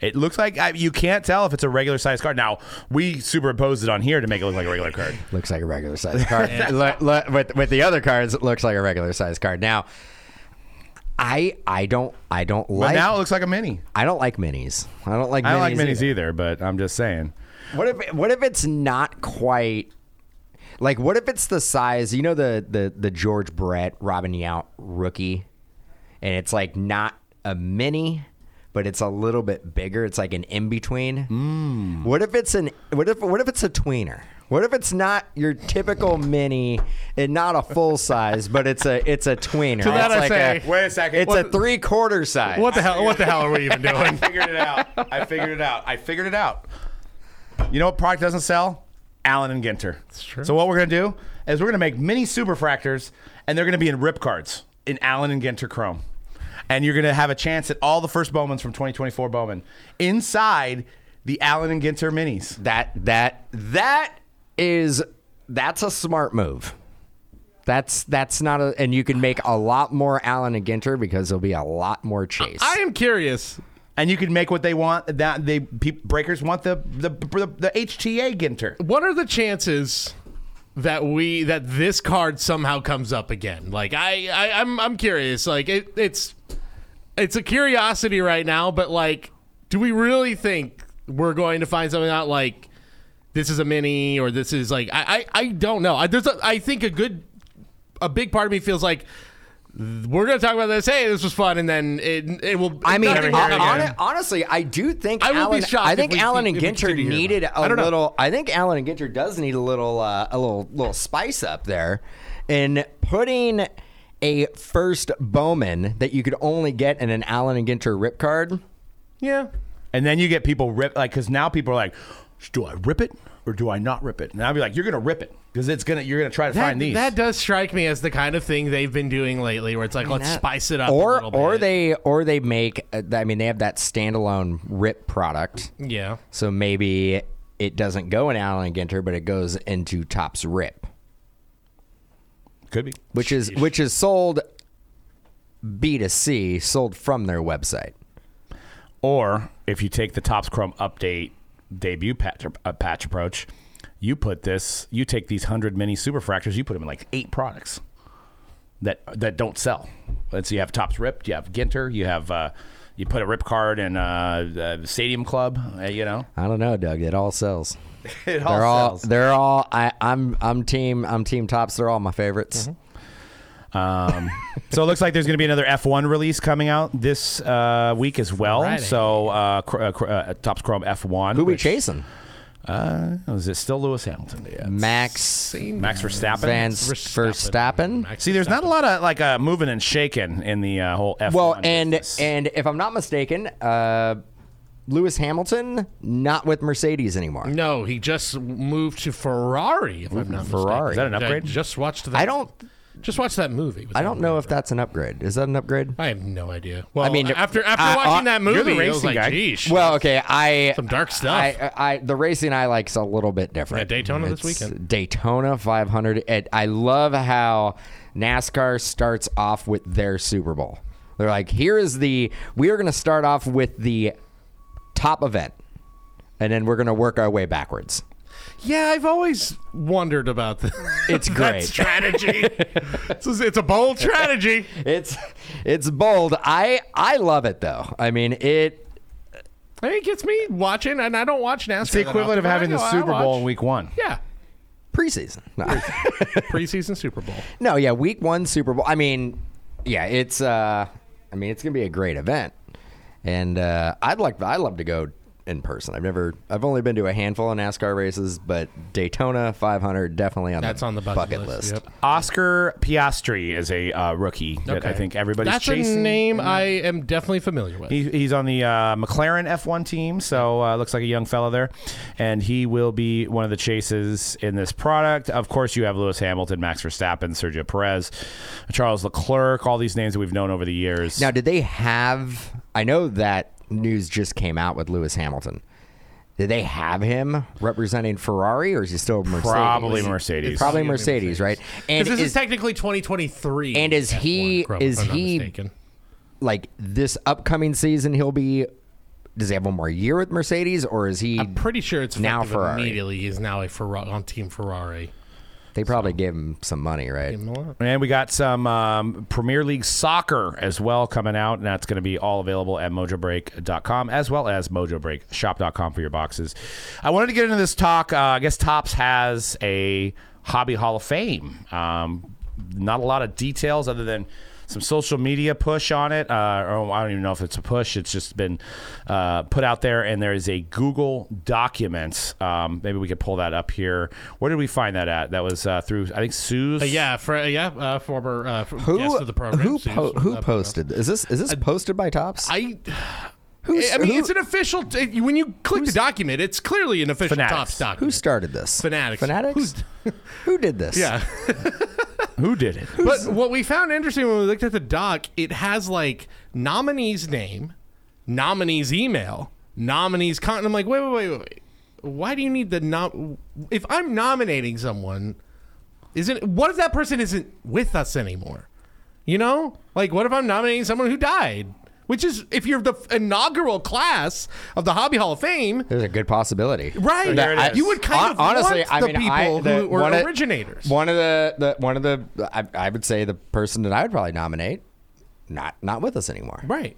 It looks like I, you can't tell if it's a regular size card. Now we superimposed it on here to make it look like a regular card.
looks like a regular size card. Lo- lo- with with the other cards, it looks like a regular size card. Now, I I don't I don't
But
like
now it looks like a mini.
I don't like minis. I don't like.
I don't
minis
like minis either, but I'm just saying.
What if what if it's not quite like what if it's the size you know the the the George Brett Robin Yount rookie and it's like not a mini but it's a little bit bigger. It's like an in between.
Hmm.
Mm. What if it's an what if what if it's a tweener? What if it's not your typical mini and not a full size, but it's a it's a tweener?
To that
it's
I
like
say-
a,
Wait a second.
It's
What
a
the-
three quarter size.
What the hell? What the hell are we even
I
doing?
figured it out. I figured it out. I figured it out. You know what product doesn't sell? Allen and Ginter. That's
true.
So what we're gonna do is we're gonna make mini superfractors, and they're gonna be in rip cards in Allen and Ginter Chrome, and you're gonna have a chance at all the first Bowmans from 2024 Bowman inside the Allen and Ginter minis.
That that that is that's a smart move. That's that's not a and you can make a lot more Allen and Ginter because there'll be a lot more chase.
I am curious.
And you can make what they want. That they pe- breakers want the the, the the HTA Ginter.
What are the chances that we that this card somehow comes up again? Like I, I I'm I'm curious. Like it, it's it's a curiosity right now, but like, do we really think we're going to find something out like this is a mini or this is like I I, I don't know. I, there's a, I think a good a big part of me feels like we're going to talk about this. Hey, this was fun, and then it it will.
I mean,
nothing
hear
will
it
hon-
come
again.
hon- honestly, I do think
I will be
Allen.
shocked
I
if
think
we
Allen
keep-
and
if we
Ginter
continue to hear
needed
about it. I
a
don't know.
little. I think Allen and Ginter does need a little, uh, a little, little spice up there, and putting a first Bowman that you could only get in an Allen and Ginter rip card.
yeah.
And then you get people rip like because now people are like, do I rip it or do I not rip it? And I'll be like, you're gonna rip it because it's gonna you're gonna try to
That,
find these.
that does strike me as the kind of thing they've been doing lately, where it's like, let's
That-
spice it up, a
or
little
or
bit.
they or they make. uh, I mean, they have that standalone rip product,
yeah.
so maybe it doesn't go in Allen and Ginter, but it goes into Topps Rip.
Could be.
which is which is sold B2C, sold from their website.
Or if you take the Topps Chrome update debut patch, uh, patch approach, you put this, you take these hundred mini superfractors, you put them in like eight products that that don't sell. Let's see, you have Topps Rip, you have Ginter, you have uh, you put a rip card in uh, uh, Stadium Club, uh, you know.
I don't know, Doug. It all sells.
It
they're all they're all I, I'm I'm team I'm team tops. They're all my favorites.
Mm-hmm.
Um, so it looks like there's going to be another F1 release coming out this uh, week as well.
Friday.
So uh, cr- uh, cr- uh, Topps Chrome F1.
Who we
which-
chasing?
Uh, is it still Lewis Hamilton? Yeah.
Max
Same
Max Verstappen.
Van
Verstappen.
Verstappen.
Max
See, there's not a lot of like uh, moving and shaking in the uh, whole F1.
Well, and
business.
and if I'm not mistaken, uh, Lewis Hamilton not with Mercedes anymore.
No, he just moved to Ferrari. If I'm not
Ferrari.
mistaken.
Is
that an upgrade?
I just watched that.
I don't
just watch that movie. with
I
him.
don't know if that's an upgrade. Is that an upgrade?
I have no idea. Well,
mean,
after after
uh,
watching
uh,
that
you're the
movie, I was
racing
like,
guy.
"Geesh."
Well, okay, I
Some dark stuff.
I, I the racing I like's a little bit different.
Yeah, Daytona this weekend.
Daytona 500. And I love how NASCAR starts off with their Super Bowl. They're like, here is the we are going to start off with the top event, and then we're going to work our way backwards.
yeah, I've always wondered about that.
It's
that
great.
strategy. This is- it's a bold strategy.
It's it's bold. I I love it though. I mean it.
I mean, it gets me watching, and I don't watch NASCAR.
it's the
that
equivalent
often,
of
but I
having the
know I
Super Bowl
watch.
in week one.
Yeah,
Preseason. No.
preseason Super Bowl.
No, yeah, week one Super Bowl. I mean, yeah, it's uh I mean it's gonna be a great event. And uh I'd like I love to go in person. I've never I've only been to a handful of NASCAR races, but Daytona five hundred definitely on
That's
the
on the bucket, list. Yep.
Oscar Piastri is a uh, rookie that I
Okay.
think everybody's
That's
chasing.
a name I am definitely familiar with.
He, he's on the uh, McLaren F1 team, so uh, looks like a young fella there, and he will be one of the chases in this product. Of course, you have Lewis Hamilton, Max Verstappen, Sergio Perez, Charles Leclerc, all these names that we've known over the years.
Now did they have I know that news just came out with Lewis Hamilton. Did they have him representing Ferrari or is he still Mercedes?
probably Mercedes.
Probably
It's gotta be
Mercedes,
Mercedes.
right? And
Because this is,
is-
technically 2023.
and is
F1
he-
Chrome,
is
if I'm not
he-
mistaken.
like this upcoming season he'll be does he have one more year with Mercedes or is he
I'm pretty sure it's
Now
now
Ferrari.
Immediately, he's now a Ferrari on Team Ferrari.
they probably gave him some money, right?
And we got some um, Premier League soccer as well coming out, and that's going to be all available at mojobreak.com as well as mojobreakshop.com for your boxes. I wanted to get into this talk. Uh, I guess Tops has a Hobby Hall of Fame. Um, not a lot of details other than some social media push on it. Uh, or I don't even know if it's a push. It's just been uh, put out there, and there is a Google Documents. Um, maybe we could pull that up here. Where did we find that at? That was uh, through I think Sue's.
Uh, yeah, for, yeah, uh, former uh, f-
Who
guest of the program.
who
Sue's
po-
from
who
that program.
posted? Is this is this posted by Tops?
I.
Who's-
I mean,
who-
it's an official. T- when you click the document, it's clearly an official
Fanatics.
Topps document.
Who started this?
Fanatics.
Fanatics. Who did this?
yeah.
Who did it?
But what we found interesting when we looked at the doc, it has like nominee's name, nominee's email, nominee's con. and I'm like, wait, wait, wait, wait, wait. Why do you need the nom? If I'm nominating someone, isn't what if that person isn't with us anymore? You know, like what if I'm nominating someone who died? Which is if you're the inaugural class of the Hobby Hall of Fame,
There's a good possibility.
right?
There it
I-
is.
you would kind
Hon-
of
honestly,
want
I
the
mean,
people
I- the-
who were
one of-
originators.
One of the, the one of the I, I would say the person that I would probably nominate, not not with us anymore.
right.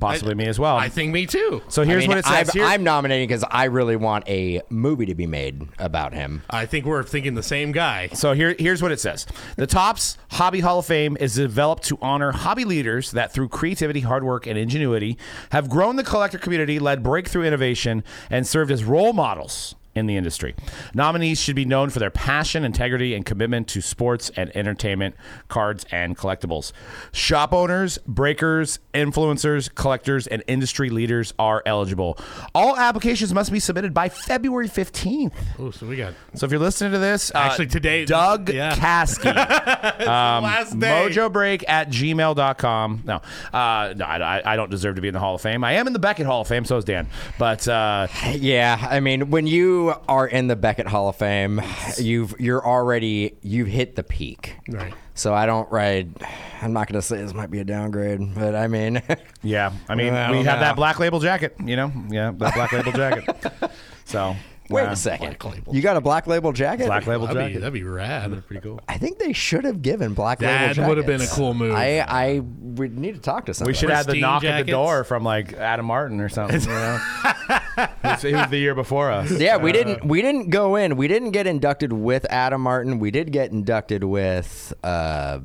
Possibly me as well.
I think me too.
so here's
I mean,
what it says.
I've-
here.
I'm nominating because I really want a movie to be made about him.
I think we're thinking the same guy.
So here, here's what it says. The Topps Hobby Hall of Fame is developed to honor hobby leaders that through creativity, hard work, and ingenuity have grown the collector community, led breakthrough innovation, and served as role models in the industry. Nominees should be known for their passion, integrity, and commitment to sports and entertainment, cards, and collectibles. Shop owners, breakers, influencers, collectors, and industry leaders are eligible. All applications must be submitted by February 15th.
Oh, so we got
So if you're listening to this, uh,
Actually, today-
Doug
yeah.
Caskey,
last
mojobreak at gmail.com. No, uh, no I, I- I don't deserve to be in the Hall of Fame. I am in the Beckett Hall of Fame, so is Dan. But uh,
Yeah, I mean, when you are in the Beckett Hall of Fame, you've you're already you've hit the peak.
Right.
So I don't right. I'm not gonna say this might be a downgrade, but I mean,
yeah, I
Uh,
mean,
I
we
don't
have
know.
that black label jacket, you know? Yeah, that black label jacket. So,
wait
uh,
a second.
Black Label.
You got a black label jacket?
Black label
That'd be,
jacket.
that'd be rad. That'd be pretty cool.
I think they should have given black label.
That would have been
jackets.
a cool move.
I I would need to talk to somebody.
We should have the
Pristine
knock at
jackets.
the door from like Adam Martin or something. You know? he, was, he was the year before us.
Yeah, we didn't. We didn't go in. We didn't get inducted with Adam Martin. We did get inducted with. Uh,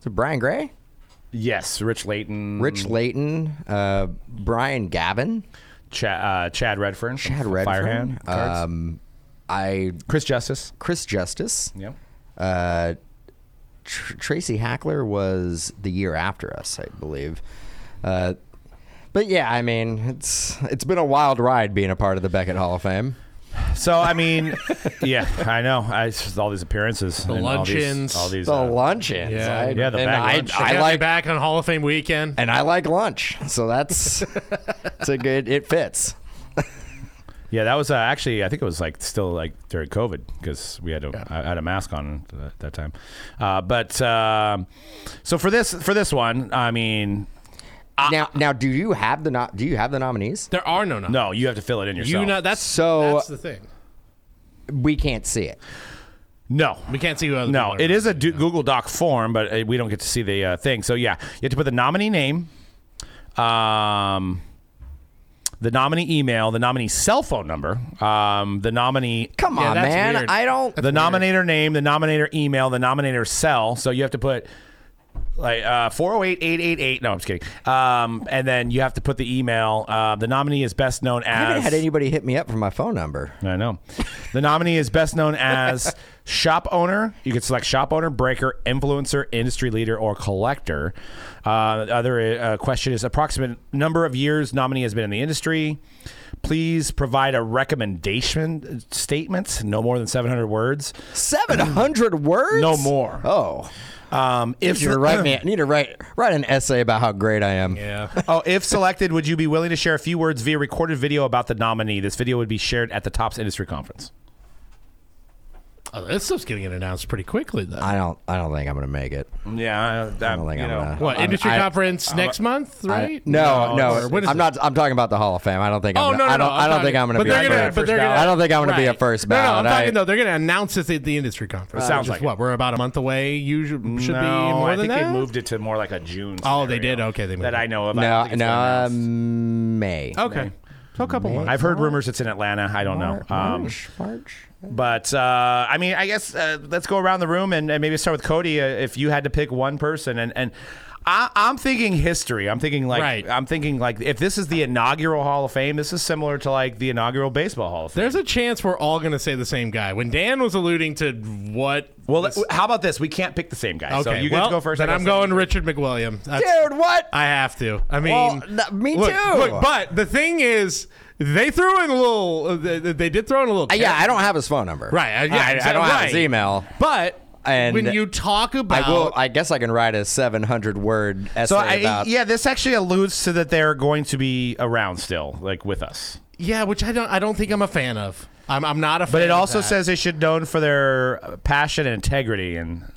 is it Brian Gray,
Yes, Rich Layton,
Rich Layton, uh, Brian Gavin,
Cha- uh, Chad Redfern, from
Chad Redfern,
Firehand, cards.
um, I
Chris Justice.
Chris Justice,
Yep.
uh, Tr- Tracy Hackler was the year after us, I believe. Uh, but yeah, I mean, it's it's been a wild ride being a part of the Beckett Hall of Fame.
So I mean, yeah, I know. I it's just all these appearances, the
luncheons.
all these,
The
all these, uh,
luncheons,
yeah,
I,
yeah, the bag
and I,
lunch.
I
I
like
like back on Hall of Fame weekend.
and I like lunch, so that's it's a good. It fits.
yeah. That was uh, actually, I think it was like still like during COVID because we had to, I I had a mask on at that time. Uh, but um, so for this for this one, I mean, Ah.
now, now, do you have the no, do you have the nominees?
There are no nominees.
no, you have to fill it in yourself.
You know that's
So-
that's the thing.
We can't see it.
no,
We can't see who other
no.
people are.
It is a du- Google Doc form, but uh, we don't get to see the uh, thing. So yeah, you have to put the nominee name, um, the nominee email, the nominee cell phone number, um, the nominee
Come
Yeah,
on,
that's
man.
weird.
I don't.
the nominator name, the nominator email, the nominator cell. So you have to put like uh, 408-888. No, I'm just kidding. Um, and then you have to put the email. Uh, the nominee is best known as.
I haven't had anybody hit me up for my phone number.
I know. The nominee is best known as shop owner. You could select shop owner, breaker, influencer, industry leader, or collector. Uh, the other uh, question is approximate number of years nominee has been in the industry. Please provide a recommendation statement, no more than 700 words.
Seven hundred words.
No more.
Oh,
Um, if
you write me. Need to write write an essay about how great I am.
uh, Yeah.
Oh, if selected, would you be willing to share a few words via recorded video about the nominee? This video would be shared at the Tops Industry Conference.
oh, this stuff's getting announced pretty quickly though.
I don't. I don't think I'm gonna make it.
Yeah, I,
I don't think I'm gonna.
what
I'm-
industry
I-
conference next month,
I-
right?
no, no,
or when is
I'm
it?
not. I'm talking about the Hall of Fame. I don't think.
Oh
I'm,
no, no,
I don't.
no,
I don't think I'm gonna
but
be.
they're
a
gonna-
first
but they're gonna-
ballot. I don't think I'm gonna be a
right.
first
No, no,
ballot.
I'm talking
I-
though. They're going to announce this at the industry conference.
Sounds
which
like
is
it.
what we're about a month away. Usually should be more
I
than
think
that.
they moved it to more like a June.
Oh, they
scenario
did? Okay, they moved
that
it.
I know of. I don't
No,
think it's
no,
been
uh,
Oh,
announced.
May.
okay. So a couple months.
I've heard rumors it's in Atlanta. I don't know. Um,
March, March.
but uh, I mean, I guess uh, let's go around the room and, and maybe start with Cody. Uh, if you had to pick one person, and and I, I'm thinking history. I'm thinking like
Right.
I'm thinking like if this is the inaugural Hall of Fame, this is similar to like the inaugural baseball Hall of Fame.
There's a chance we're all going to say the same guy. When Dan was alluding to what.
Well, let- how about this? We can't pick the same guy.
Okay,
so you get
well,
to go first.
Then
I
I'm
guess.
going Richard McWilliam. That's-
Dude, what?
I have to. I mean,
Well, th- me
look-
too.
look, but the thing is, they threw in a little. uh, They, they did throw in a little.
Uh, yeah, I don't have his phone number.
Right. I, yeah,
I, I don't
right.
have his email.
But
And
when you talk about
I will. I guess I can write a 700 word essay
So I,
about.
yeah, this actually alludes to that they're going to be around still, like with us.
yeah, which I don't. I don't think I'm a fan of. I'm. I'm not a. fan
But it
of
also
that.
says they should known for their uh, passion and integrity. And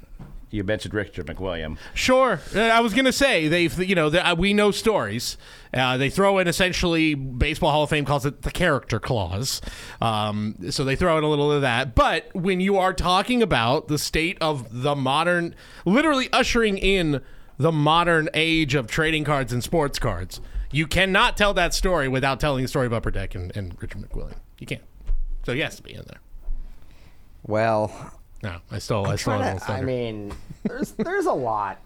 you mentioned Richard McWilliam.
Sure, Uh, I was gonna say they, you know, they, uh, we know stories. Uh, they throw in essentially baseball Hall of Fame calls it the character clause. Um, so they throw in a little of that. But when you are talking about the state of the modern, literally ushering in the modern age of trading cards and sports cards, you cannot tell that story without telling the story about Burdeck and, and Richard McWilliam. You can't. So he has to be in there.
Well,
No, I stole. i stole.
trying
an old
to- I
thunder.
mean, there's there's a lot.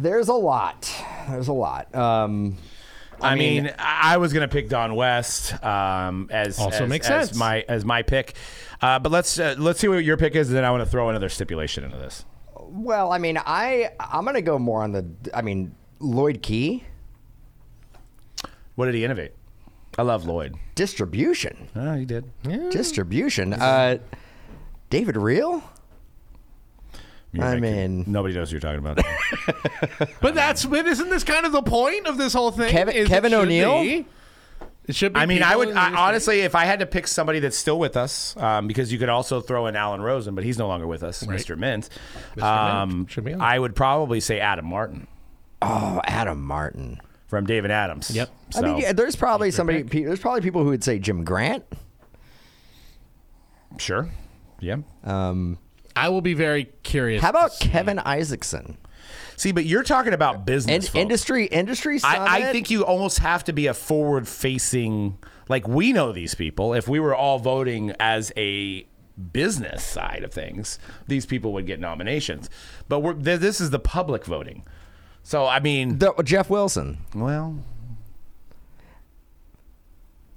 There's a lot. There's a lot. Um,
I mean, I I was gonna pick Don West um, as
Also
as,
makes
as
sense.
my as my pick, uh, but let's uh, let's see what your pick is, and then I want to throw another stipulation into this.
well, I mean, I I'm gonna go more on the. I mean, Lloyd Key
What did he innovate? I love Lloyd.
distribution,
Oh, he did
distribution. Uh, David Real.
You're
I
making-
mean-
nobody knows who you're talking about.
But that's but isn't this kind of the point of this whole thing?
Kevin-
Is it
Kevin
should
O'Neal?
be- It should be.
I mean, I
people
would
in
I,
this-
honestly, if I had to pick somebody that's still with us, um, because you could also throw in Alan Rosen, but he's no longer with us, Mr. Mint. Um,
Should be on.
I would probably say Adam Martin
Oh, Adam Martin.
from David Adams.
Yep.
So,
I mean, yeah, there's probably somebody. Pe- there's probably people who would say Jim Grant.
sure. Yeah.
Uh,
I will be very curious.
How about Kevin Isaacson?
See, but you're talking about business.
And
folks.
industry, industry. Summit.
I, I think you almost have to be a forward facing like we know these people if we were all voting as a business side of things these people would get nominations but we're, th- this is the public voting so i mean
The- Jeff Wilson,
well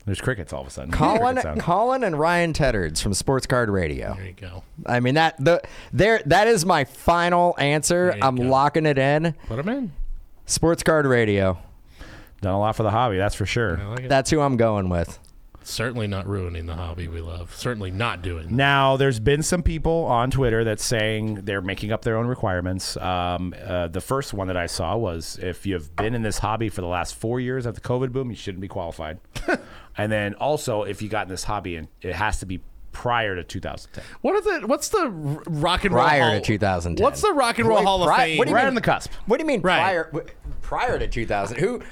there's crickets all of a sudden
Colin,
Cricket sound.
Colin, and Ryan Teddards from Sports Card Radio.
There you go.
I mean that the there that is my final answer.
There you
I'm
go.
locking it in.
Put him in.
Sports Card Radio.
done a lot for the hobby that's for sure
I like it.
That's who I'm going with.
Certainly not ruining the hobby we love. Certainly not doing.
Now, there's been some people on Twitter that's saying they're making up their own requirements. Um, uh, the first one that I saw was if you've been in this hobby for the last four years of the COVID boom, you shouldn't be qualified. and then also, if you got in this hobby, and it has to be prior to 2010.
What are the? What's the r- rock and
Prior
roll?
to
Hall-
2010.
What's the rock and roll
Wait,
Hall of
pri-
Fame?
what do you
Right
mean?
on the cusp.
What do you mean
Right.
prior w- prior to 2000? Who?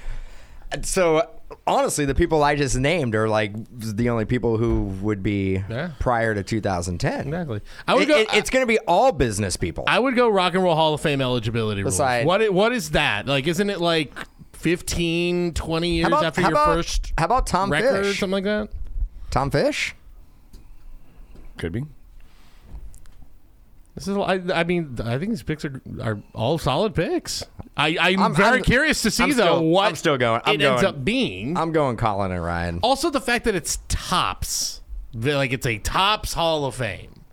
So honestly, the people I just named are like the only people who would be
Yeah.
prior to 2010.
exactly. I would
It-
go.
it- it's going to be all business people.
I would go Rock and Roll Hall of Fame eligibility rules.
Besides-
What? i- What is that? Like, isn't it like 15, 20 years
about-
after
how
your
about-
first
how about Tom
record or
Fish?
something like that?
Tom Fish.
Could be.
This is, I, I mean, I think these picks are, are all solid picks. I, I'm,
I'm-
very
I'm-
curious to see
I'm
though
still-
what
I'm still going- I'm
it ends
going.
up being.
I'm going Colin and Ryan.
also, the fact that it's tops, They're like it's a tops Hall of Fame.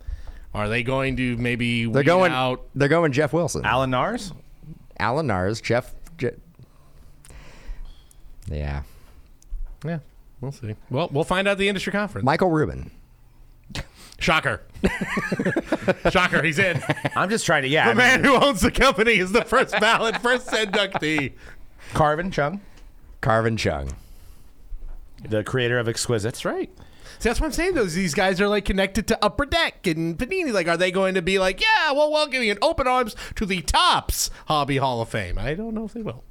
Are they going to maybe
They're
weed
going.
out?
They're going Jeff Wilson.
Alan Nars?
Alan Nars, Jeff. Je- yeah,
Yeah, we'll see. Well, we'll find out at the industry conference.
Michael Rubin.
Shocker! Shocker! He's in.
I'm just trying to, yeah. I
The
mean,
man who owns the company is the first ballot, first inductee.
Carvin Chung,
Carvin Chung.
the creator of Exquisite. That's right.
See, that's what I'm saying. Those these guys are like connected to Upper Deck and Panini. Like, are they going to be like, yeah, well, welcome you in open arms to the Tops Hobby Hall of Fame? I don't know if they will.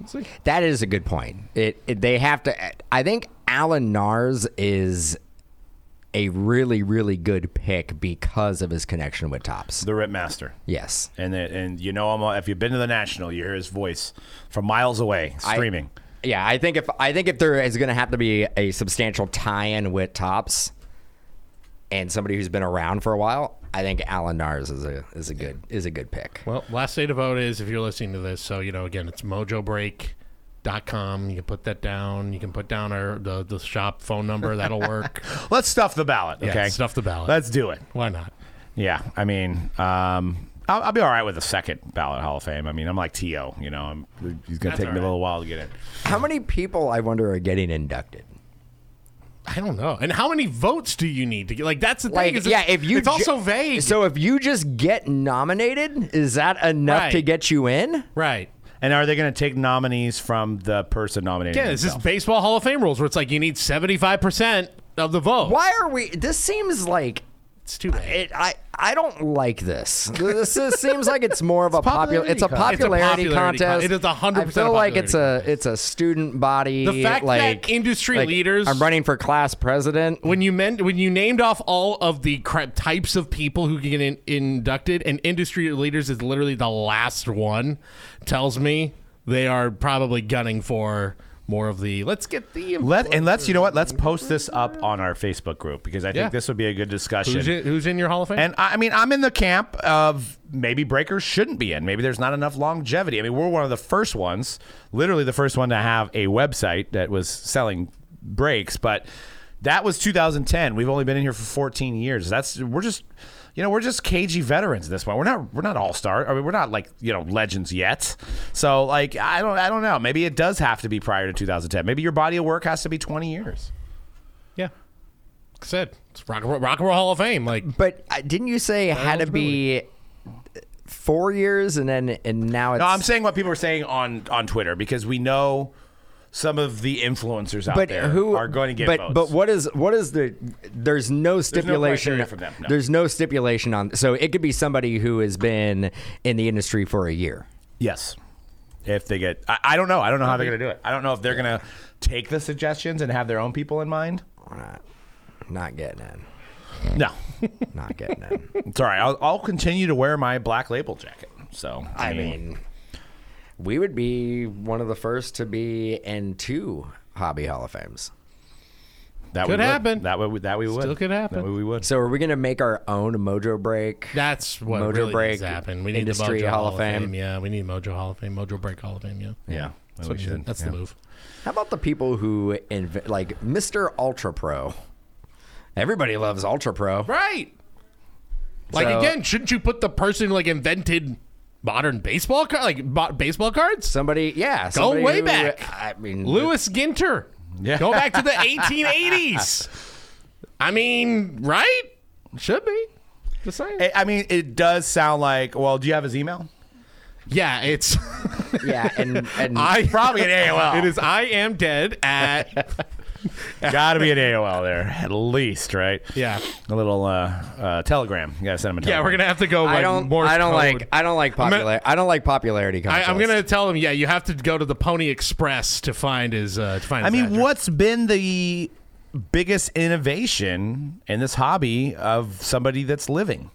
We'll see.
That is a good point. It, it they have to. I think Alan Nars is a really really good pick because of his connection with Tops.
The Rip Master.
Yes,
And, the, and you know him, if you've been to the National, you hear his voice from miles away
I-
screaming.
yeah, I think if I think if there is going to have to be a substantial tie-in with tops, and somebody who's been around for a while, I think Alan Nars is a is a good is a good pick.
Well, last day to vote is if you're listening to this. So, you know, again, it's mojobreak.com. You can put that down. You can put down our the, the shop phone number. That'll work.
Let's stuff the ballot.
Yeah,
Okay,
stuff the ballot.
Let's do it.
Why not?
Yeah, I mean, um, I'll, I'll be all right with a second ballot Hall of Fame. I mean, I'm like To, you know, I'm, he's gonna take me a little while to get in.
How many people I wonder are getting inducted?
I don't know. And how many votes do you need to get? Like, that's the
Like,
thing. is
yeah,
it's,
if you
it's
ju-
also vague.
So if you just get nominated, is that enough
Right.
to get you in?
right.
And are they gonna take nominees from the person nominated?
Yeah, this is
themselves?
baseball Hall of Fame rules where it's like you need 75% of the vote.
Why are we? This seems like
It's too bad.
it, I I don't like this. This is, seems like it's more of a popular.
popularity
It's a
contest.
It's a
popularity
popularity
contest.
con- it is 100%
I feel
a
like it's a
popularity
it's a student body.
The fact that
like,
industry
like,
leaders-
I'm running for class president.
when you meant when you named off all of the cra- types of people who can get in, inducted and industry leaders is literally the last one tells me they are probably gunning for more of the let's get the
Let and let's you know what? Let's post this up on our Facebook group because I think
Yeah.
this would be a good discussion.
who's in, who's in your Hall of Fame
And I I mean, I'm in the camp of maybe breakers shouldn't be in. Maybe there's not enough longevity. I mean, we're one of the first ones, literally the first one to have a website that was selling breaks, but that was 2010. We've only been in here for 14 years. That's we're just you know, we're just cagey veterans at this point. We're not we're not all star. I mean, we're not like, you know, legends yet. So like I don't I don't know. Maybe it does have to be prior to 2010. Maybe your body of work has to be 20 years.
yeah Like I said it's rock and roll, rock and roll Hall of Fame like
But uh, didn't you say it had to be four years and then and now it's
No, I'm saying what people are saying on on Twitter because we know some of the influencers out
but
there
who
are going to get
but
votes.
but what is what is the there's no stipulation
criteria for them, no.
there's no stipulation on so it could be somebody who has been in the industry for a year
yes, if they get, I, I don't know. I don't know how they're going to do it. I don't know if they're going to take the suggestions and have their own people in mind.
Uh, not getting in
No,
not getting in
it's all right. I'll, I'll continue to wear my black label jacket. So
I mean, we would be one of the first to be in two Hobby Hall of Fames.
that
Could
we would.
happen.
That would that we would.
Still could happen.
That way we would.
So are we going to make our own Mojo Break?
that's what
Mojo
really
Break,
needs to happen we need
Industry
the Mojo
Hall of Fame.
yeah we need Mojo Hall of Fame Mojo Break Hall of Fame yeah
yeah,
that's, what
we
you
should.
did. that's
Yeah.
the move
How about the people who inv- like Mr. Ultra Pro? Everybody loves Ultra Pro.
Right. Like
So-
again, shouldn't you put the person who, like invented modern baseball card, like bo- baseball cards?
Somebody, yeah, somebody
way
who-
back.
I mean,
Lewis Ginter.
Yeah.
Go back to the 1880s. I mean, right? Should be. Just saying.
Eh.
I- I mean, it does sound like. Well, do you have his email?
yeah, it's
yeah, and and
I
Probably an AOL.
It is I am dead at
Got to be an AOL there at least, right?
Yeah.
a little uh, uh, telegram. You gotta send him a
Yeah,
telegram.
we're going to have to go like
I don't
Morse
I don't
code.
like I don't like popular I don't like popularity
I,
contests.
I'm gonna tell him. Yeah, you have to go to the Pony Express to find his. Uh, to find.
I
his
mean,
address.
what's been the biggest innovation in this hobby of somebody that's living?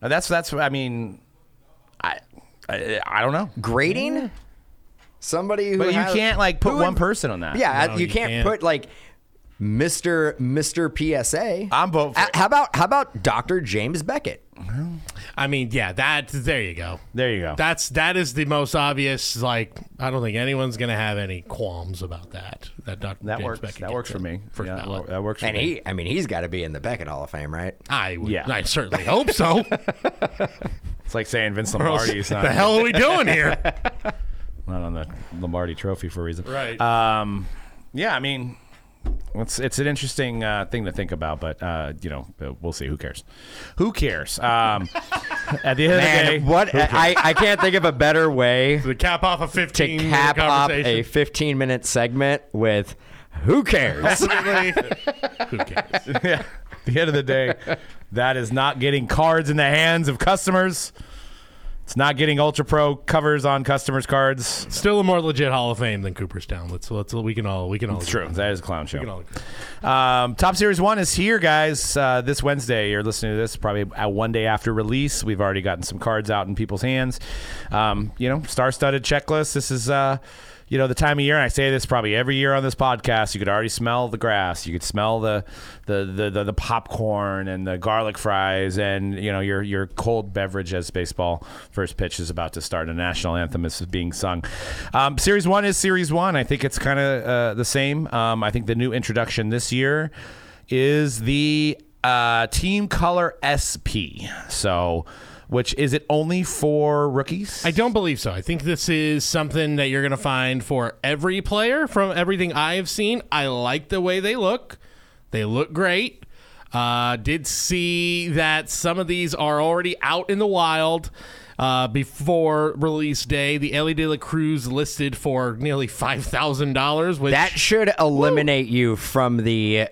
Now, that's that's. I mean, I I, I don't know.
grading somebody who
But you
has-
can't like put
who
one
in-
person on that.
Yeah,
No,
you,
you
can't,
can't.
put like Mr. Mr. PSA.
I'm voting for
A-
it.
How about how about Dr. James Beckett?
I mean, yeah, that. There you go.
There you go.
That's that is the most obvious. Like, I don't think anyone's gonna have any qualms about that. That Dr.
that
James
works.
Beckett
that
gets
works
it
for me.
First
Yeah,
ballot.
that works. For
And
me.
he, I mean, he's got to be in the Beckett Hall of Fame, right?
I would.
Yeah.
I certainly hope so.
It's like saying Vince Lombardi is not,
the hell are we doing here?
not on the Lombardi Trophy for a reason.
Right.
Um, yeah, I mean, it's it's an interesting uh, thing to think about, but uh, you know, uh, we'll see. Who cares? Who cares? Um, at the end of the
And
day,
what I, I can't think of a better way
the cap off a
to
fifteen
cap up a
conversation.
15 minute segment with who cares?
Who cares?
yeah, at the end of the day, that is not getting cards in the hands of customers. It's not getting Ultra Pro covers on customers' cards. It's
Still a more legit Hall of Fame than Cooperstown. Let's let's we can all we can all
true. That is a clown show.
We can all agree.
Um, Top Series 1 is here, guys, uh, this Wednesday. You're listening to this probably uh, one day after release. We've already gotten some cards out in people's hands. Um, you know, star studded checklist. This is, uh, you know, the time of year, and I say this probably every year on this podcast, you could already smell the grass. You could smell the the the, the, the popcorn and the garlic fries and you know your your cold beverage as baseball first pitch is about to start. A national anthem is being sung. Um, series one is series one. I think it's kind of uh, the same. Um, I think the new introduction this year is the uh, team color SP. So, which is it only for rookies?
I don't believe so. I think this is something that you're going to find for every player from everything I've seen. I like the way they look. They look great. Uh, did see that some of these are already out in the wild uh, before release day. The Ellie De La Cruz listed for nearly five thousand dollars, which
That should eliminate you from the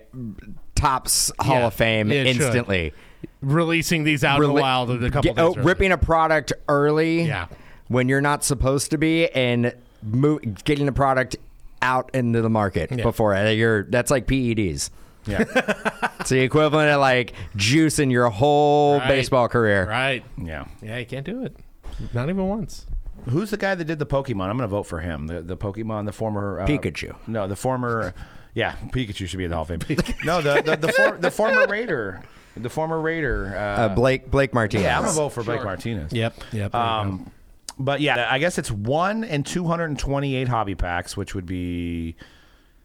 tops Hall
Yeah,
of Fame
it should.
instantly.
releasing these out in the
Reli-
wild a couple
Get-
days.
oh,
early.
ripping a product early
Yeah.
when you're not supposed to be and mo- getting the product out into the market before uh, you're that's like PEDs.
Yeah.
It's the equivalent of like juicing your whole
Right.
baseball career.
Right.
yeah.
Yeah, you can't do it. Not even once.
Who's the guy that did the Pokemon? I'm going to vote for him. The, the Pokemon, the former uh,
Pikachu.
No, the former. Yeah, Pikachu should be in the Hall of Fame. no, the the, the, for, the former Raider, the former Raider. Uh,
Uh, Blake Blake Martinez.
yeah, I'm going to vote for Blake Martinez.
Yep. Yep.
Um, but yeah, I guess it's one and 228 hobby packs, which would be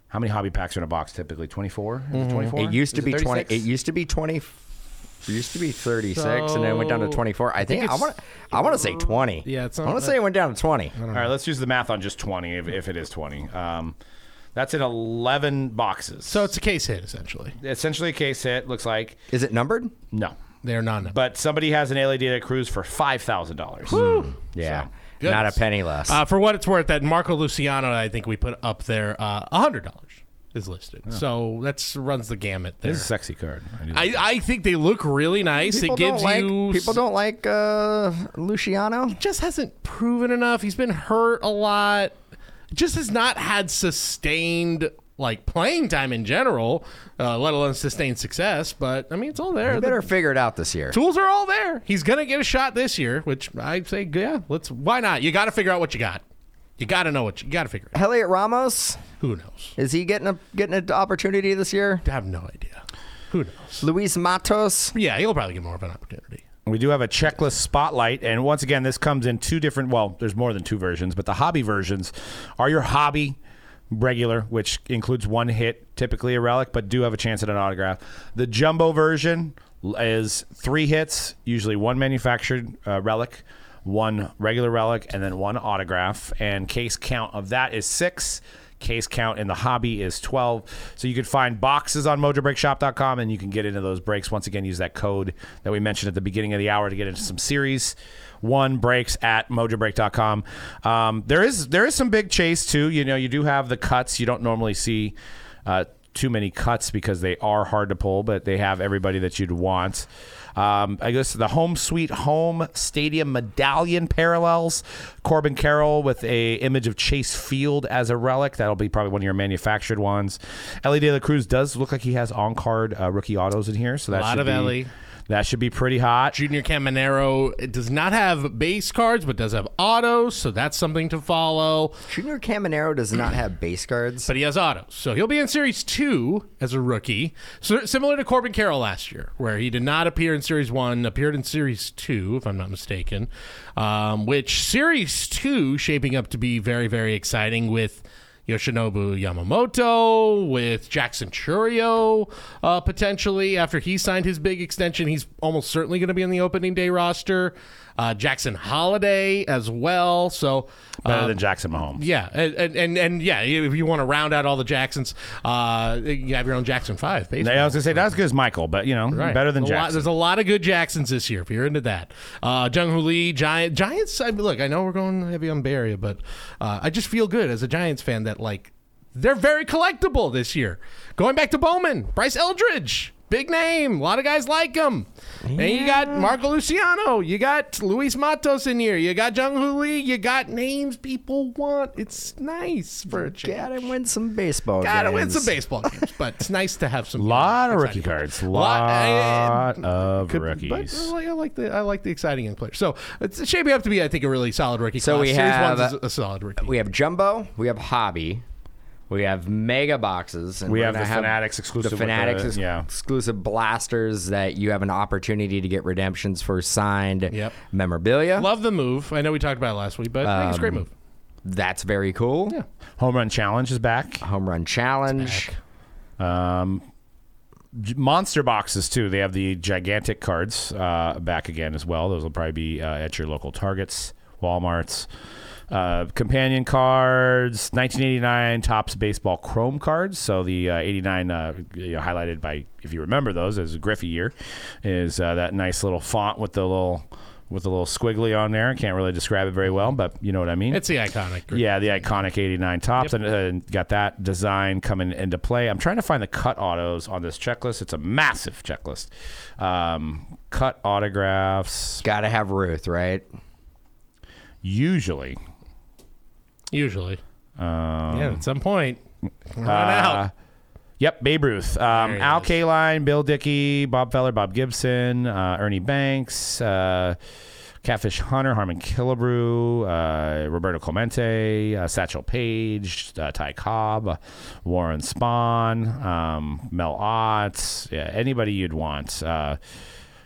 how many hobby packs are in a box typically? 24? Is it 24?
Mm, It used to
Is it
be twenty.
36?
It used to be twenty. It used to be thirty-six, and then it went down to
So,
twenty-four. I think, I
it's-
want. I want to say twenty.
Yeah, it's
I
not
want to
that-
say it went down to twenty.
All right, let's use the math on just 20 if, if it is 20. Um, that's in 11 boxes.
so it's a case hit essentially.
essentially a case hit, looks like.
Is it numbered?
No.
They're not.
But somebody has an LED data cruise for $5,000.
Yeah,
So,
not a
goodness.
penny less.
Uh, for what it's worth, that Marco Luciano, I think we put up there, uh, hundred dollars is listed. So that's runs the gamut there.
This is a sexy card. I do
I, I think they look really nice.
people
it gives
don't like,
you
people don't like uh, Luciano.
just hasn't proven enough. He's been hurt a lot. Just has not had sustained like playing time in general, uh, let alone sustained success. But I mean, it's all there. The
Better figure it out this year.
tools are all there. He's gonna get a shot this year, which I say, yeah, let's. Why not? You got to figure out what you got. You got to know what you, got to figure it out.
Elliot Ramos
Who knows?
is he getting a getting an opportunity this year?
I have no idea. Who knows?
Luis Matos.
Yeah, he'll probably get more of an opportunity.
We do have a checklist spotlight, and once again, this comes in two different. Well, there's more than two versions, but the hobby versions are your hobby regular, which includes one hit, typically a relic, but do have a chance at an autograph. The jumbo version is three hits, usually one manufactured uh, relic, one regular relic, and then one autograph. And case count of that is six case count in the hobby is 12 so you can find boxes on mojobreakshop.com and you can get into those breaks once again use that code that we mentioned at the beginning of the hour to get into some series one breaks at mojobreak.com um, there is there is some big chase too you know you do have the cuts you don't normally see uh, too many cuts because they are hard to pull, but they have everybody that you'd want. Um, I guess the home sweet home stadium medallion parallels. Corbin Carroll with a image of Chase Field as a relic. That'll be probably one of your manufactured ones. Ellie De La Cruz does look like he has on card uh, rookie autos in here, so that
Lot
should
of
be,
Ellie.
That should be pretty hot.
Junior Caminero it does not have base cards, but does have autos, so that's something to follow.
Junior Caminero does not have base cards.
but he has autos. So he'll be in Series 2 as a rookie, so, similar to Corbin Carroll last year, where he did not appear in Series 1, appeared in Series 2, if I'm not mistaken, um, which Series 2 shaping up to be very, very exciting with Yoshinobu Yamamoto, with Jackson Churio uh, potentially. After he signed his big extension, he's almost certainly going to be on the opening day roster. Uh, Jackson Holiday as well. So uh,
Better than Jackson Mahomes.
yeah, and and, and, and yeah, if you want to round out all the Jacksons, uh, you have your own Jackson Five, basically.
I was gonna say not as good as Michael, but you know,
Right.
better than
There's a lot-
Jackson.
there's a lot of good Jacksons this year. If you're into that, uh, Jung Hoo Lee, Giant Giants. I mean, look, I know we're going heavy on Bay Area, but uh, I just feel good as a Giants fan that like they're very collectible this year. Going back to Bowman, Bryce Eldridge. big name. A lot of guys like him. And you got Marco Luciano. You got Luis Matos in here. You got Jung Hoo Lee. You got names people want. It's nice for a change.
Gotta win some baseball.
Gotta win
games.
some baseball games, but it's nice to have some.
Lot of rookie
exciting players.
cards.
Lot-
Lot of
Could- But I
rookies.
like, I like the I like the exciting young players. So it's shaping up to be, I think, a really solid rookie.
So
class.
we
Series
have-
one's a, a solid rookie.
We have jumbo. We have hobby. We have mega boxes. And
We
we're
have
gonna
the Fanatics exclusive
The
with
Fanatics
the-
ex-
yeah.
exclusive blasters that you have an opportunity to get redemptions for signed
Yep.
memorabilia.
Love the move. I know we talked about it last week, but I think it's a
Um,
great move.
That's very cool.
Yeah.
Home run challenge is back.
Home run challenge.
J- Monster boxes too. They have the gigantic cards uh, back again as well. Those will probably be uh, at your local Targets, WalMarts. Uh, companion cards, 1989 tops baseball chrome cards. So the uh, 89 uh, you know, highlighted by, if you remember those, as a Griffey year, is uh, that nice little font with the little with the little squiggly on there. I can't really describe it very well, but you know what I mean.
It's the iconic. Group.
Yeah, the iconic 89 tops and, and uh, got that design coming into play. I'm trying to find the cut autos on this checklist. It's a massive checklist. Um, cut autographs,
Gotta have Ruth, right?
usually.
Usually.
Um,
yeah. At some point, run
uh,
out.
Uh, Yep, Babe Ruth, um,
There he
Al
is.
Kaline, Bill Dickey, Bob Feller, Bob Gibson, uh, Ernie Banks, uh, Catfish Hunter, Harmon Killebrew, uh, Roberto Clemente, uh, Satchel Paige, uh, Ty Cobb, uh, Warren Spahn, um, Mel Otts, yeah, anybody you'd want. Uh,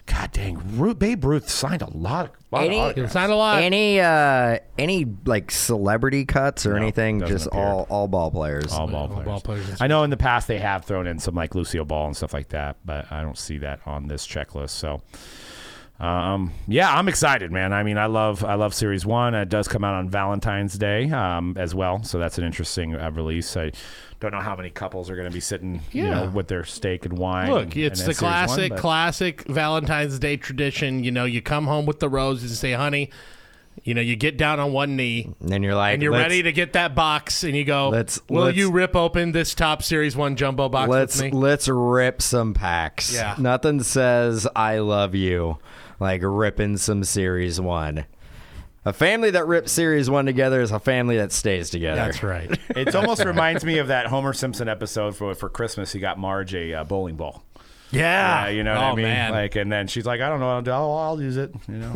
God dang, Ruth, Babe Ruth signed a lot. Of, lot of
Any-
autographs.
It's not a lot.
Any uh any like celebrity cuts or anything?
doesn't
Just
appear.
all all ball players.
all ball
All
players.
ball players.
I know in the past they have thrown in some like Lucio Ball and stuff like that, but I don't see that on this checklist. So, um, yeah, I'm excited, man. I mean, I love I love Series One. It does come out on Valentine's Day um, as well, so that's an interesting uh, release. I don't know how many couples are going to be sitting, you
Yeah.
know, with their steak and wine.
Look,
and-
it's
and
the
at Series One,
classic,
but-
classic Valentine's Day tradition. You know, you come home with the roses and say, "Honey," you know, you get down on one knee
And then you're like,
and you're
"Let's-
ready to get that box, and you go,
Let's-
"Will
let's-
you rip open this top series one jumbo box
Let's
with me?"
let's rip some packs.
Yeah.
Nothing says I love you like ripping some series one. A family that rips series one together is a family that stays together.
That's right.
It almost reminds me of that Homer Simpson episode for for Christmas. He got Marge a uh, bowling ball.
Yeah,
Uh, you know what I
Oh,
mean?
man.
Like, and then she's like, I don't know, I'll, I'll, I'll use it. You know.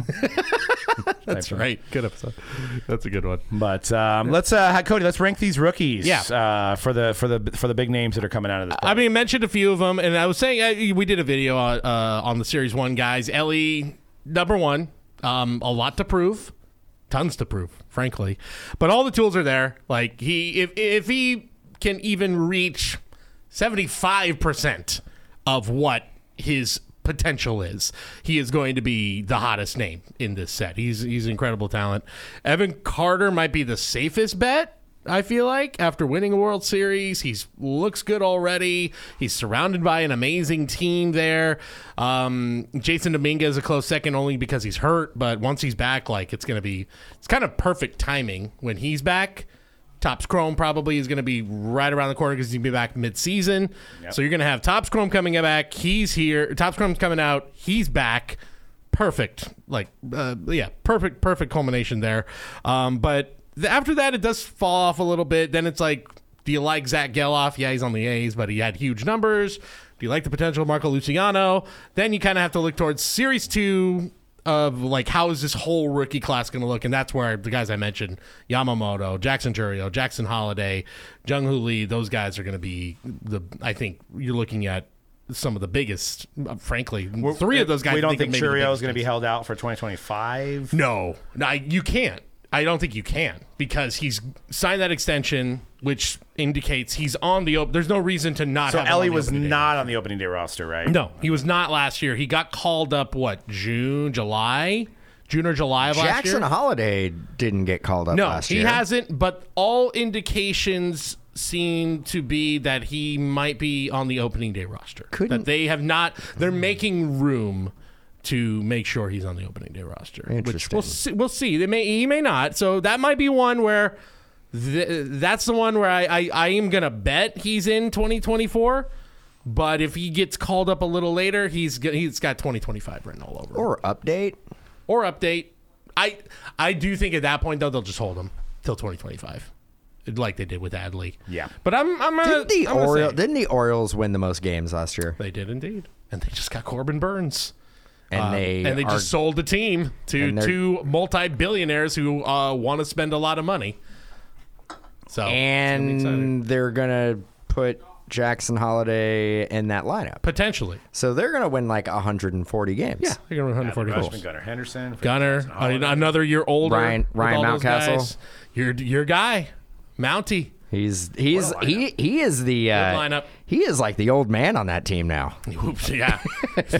That's right. Good episode. That's a good one.
But um, let's, uh, ha- Cody, let's rank these rookies.
Yeah.
Uh, for the for the for the big names that are coming out of this.
I mean, I mentioned a few of them, and I was saying uh, we did a video on, uh, on the series one guys. Ellie, number one, um, a lot to prove, tons to prove, frankly. But all the tools are there. Like he, if if he can even reach seventy five percent of what his potential is, he is going to be the hottest name in this set. He's he's incredible talent. Evan Carter might be the safest bet. I feel like after winning a World Series, he's looks good already. He's surrounded by an amazing team there. Um, Jason Dominguez a close second only because he's hurt, but once he's back, like it's gonna be it's kind of perfect timing when he's back. Topps Chrome probably is going to be right around the corner because he's going to be back mid-season. So you're going to have Topps Chrome coming back. He's here. Topps Chrome's coming out. He's back. Perfect. Like, uh, yeah, perfect, perfect culmination there. Um, but th- after that, it does fall off a little bit. Then it's like, do you like Zach Geloff? Yeah, he's on the A's, but he had huge numbers. Do you like the potential of Marco Luciano? Then you kind of have to look towards Series 2 of like how is this whole rookie class going to look, and that's where the guys I mentioned, Yamamoto, Jackson Churio, Jackson Holiday, Jung Hoo Lee, those guys are going to be the. I think you're looking at some of the biggest, uh, frankly, three of those guys.
We
I
don't think
are maybe the
Churio is
biggest
going to be
guys.
held out for 2025.
No, no, I- you can't. I don't think you can because he's signed that extension, which indicates he's on the. Op- There's no reason to not.
So
have him on
Ellie
the
was
opening day.
not on the opening day roster, right?
No, he was not last year. He got called up. What June, July, June or July of last year.
Jackson Holiday didn't get called up
No,
last
he
year.
hasn't. But all indications seem to be that he might be on the opening day roster.
Couldn't-
that they have not? They're making room to make sure he's on the opening day roster. Which
Interesting.
we'll see. We'll see. They may. He may not. So that might be one where. Th- that's the one where I, I, I am gonna bet he's in 2024 But if he gets called up a little later, he's g- he's got 2025 written all over him.
Or update.
or update. I I do think at that point though they'll just hold him till 2025, like they did with Adley.
Yeah.
but I'm I'm gonna,
Didn't the,
I'm gonna
Oriole-
Uh, say-
didn't the Orioles win the most games last year?
they did indeed, and they just got Corbin Burns.
And
Um,
they
and they
are-
just sold the team to
And they're-
two multi-billionaires who uh, want to spend a lot of money. So it's gonna be exciting.
and they're gonna put Jackson Holiday in that lineup.
potentially,
So they're gonna win like 140 games.
yeah, they're going to
Forty
140 goals.
Gunnar Henderson.
Gunner, I mean, another year older.
Ryan-
with
Ryan
all those
Mountcastle.
guys. your your guy, Mountie.
he's he's he he is the uh,
lineup.
He is like the old man on that team now.
Oops, yeah.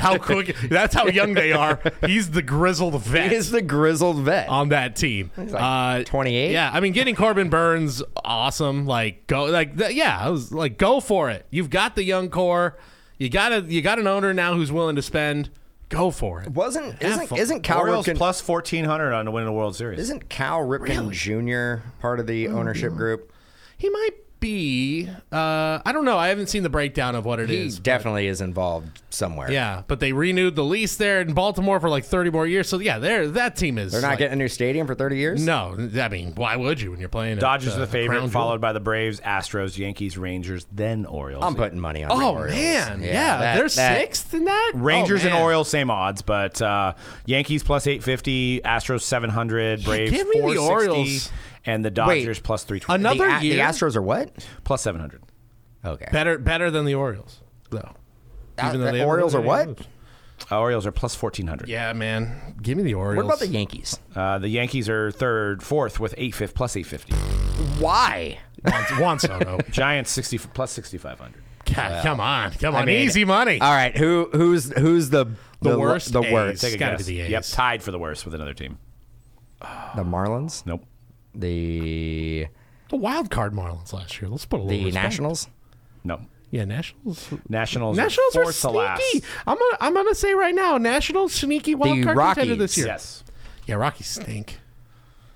how quick? That's how young they are. He's the grizzled vet
He is the grizzled vet.
on that team.
like
Uh,
28?
Yeah, I mean, getting Corbin Burns, awesome. Like go, like th- yeah, I was like, go for it. You've got the young core. You got a you got an owner now who's willing to spend. Go for it.
Wasn't
Have
isn't
fun.
isn't Cal
Orioles
Ripken
plus fourteen hundred on to win the World Series.
isn't Cal Ripken Jr. part of the ownership group?
He might be. Uh, I don't know. I haven't seen the breakdown of what it is.
He definitely is involved somewhere.
Yeah, but they renewed the lease there in Baltimore for like 30 more years. So yeah, there that team is.
They're not
like-
getting a new stadium for 30 years.
No, I mean, why would you when you're playing? at,
Dodgers
uh,
are the favorite,
Crown Jewel?
followed by the Braves, Astros, Yankees, Rangers, then Orioles.
I'm putting money on. the
Oh
Orioles.
man, yeah,
that-
they're
that-
sixth in that.
Rangers
Oh,
and
man.
Orioles same odds, but uh, Yankees plus eight fifty, Astros seven hundred, Braves
give me
four
the
sixty,
Orioles.
and the Dodgers plus three twenty,
Another
The, A- the
year
Astros are what?
plus seven hundred.
Okay.
better, better than the Orioles though.
Uh,
Even though
the
they haven't
Orioles
won
are what?
any games.
Uh, Orioles are plus fourteen hundred.
Yeah, man, give me the Orioles.
What about the Yankees?
Oh.
Uh, the Yankees are third, fourth with eight fifty plus eight fifty.
Why?
Juan, Juan Soto?
Giants sixty plus sixty five hundred.
God, come on, come on,
mean, uh,
easy money.
All right, who who's who's the
The
lo-
worst
The
A's.
worst.
It's gotta be the A's.
Yep, tied for the worst with another team.
The Marlins.
Nope.
The
the wild card Marlins last year. Let's put a little.
the
respect.
Nationals.
No.
Yeah, Nationals.
Nationals. are
Nationals are
fourth to last.
sneaky. I'm gonna, I'm gonna say right now, Nationals sneaky wild
The
card contender
Rockies.
this year.
Yes.
Yeah, Rockies stink.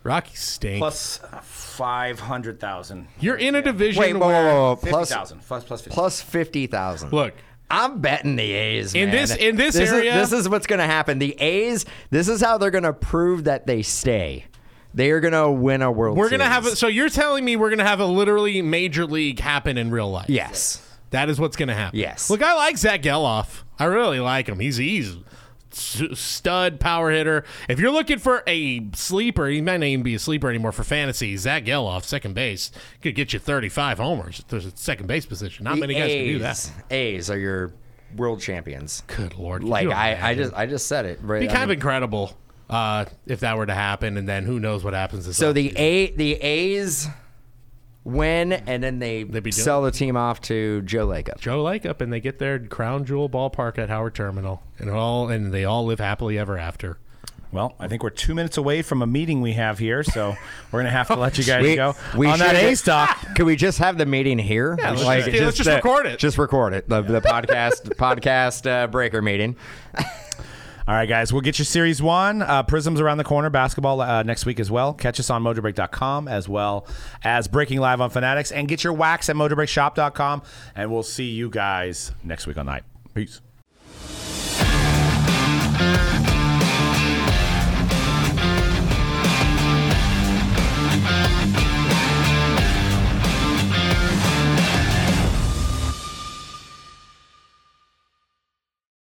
Rockies stink.
Plus five hundred thousand.
You're in a division
Wait, whoa, whoa,
where
whoa, whoa.
Fifty
plus
thousand. Plus plus fifty.
plus fifty thousand.
look.
I'm betting the A's
In
man.
this- in this
is-
area-
this is what's going to happen. The A's. This is how they're going to prove that they stay. They are going to win a World.
We're gonna have
Series.
a, so you're telling me we're gonna have a literally major league happen in real life.
Yes.
that is what's gonna happen.
Yes.
Look, I like Zach Geloff. I really like him. He's he's s- stud power hitter. If you're looking for a sleeper, he might not even be a sleeper anymore for fantasy. Zach Geloff, second base, could get you 35 homers. at the second base position. Not
The
many guys can do that.
A's are your world champions.
Good lord. could
Like
you
I, I
imagine?
just I just said it. Right.
be
I
kind of
mean-
incredible uh, if that were to happen, and then who knows what happens. This
so
off-
the A the A's win and then they,
be done.
sell the team off to Joe Lacob.
Joe Lake up, and they get their crown jewel ballpark at Howard Terminal, and it all and they all live happily ever after.
Well, I think we're two minutes away from a meeting we have here, so we're gonna have to let you guys
We-
go.
we
On that
should-
Ace talk,
Could we just have the meeting here?
let's just- yeah, let's just
the-
record it.
Just record it. The, the podcast podcast uh, breaker meeting.
All right, guys, we'll get you series one. Uh, Prism's around the corner, basketball uh, next week as well. Catch us on mojobreak.com as well as Breaking Live on Fanatics and get your wax at mojobreakshop.com. And we'll see you guys next week on night. Peace.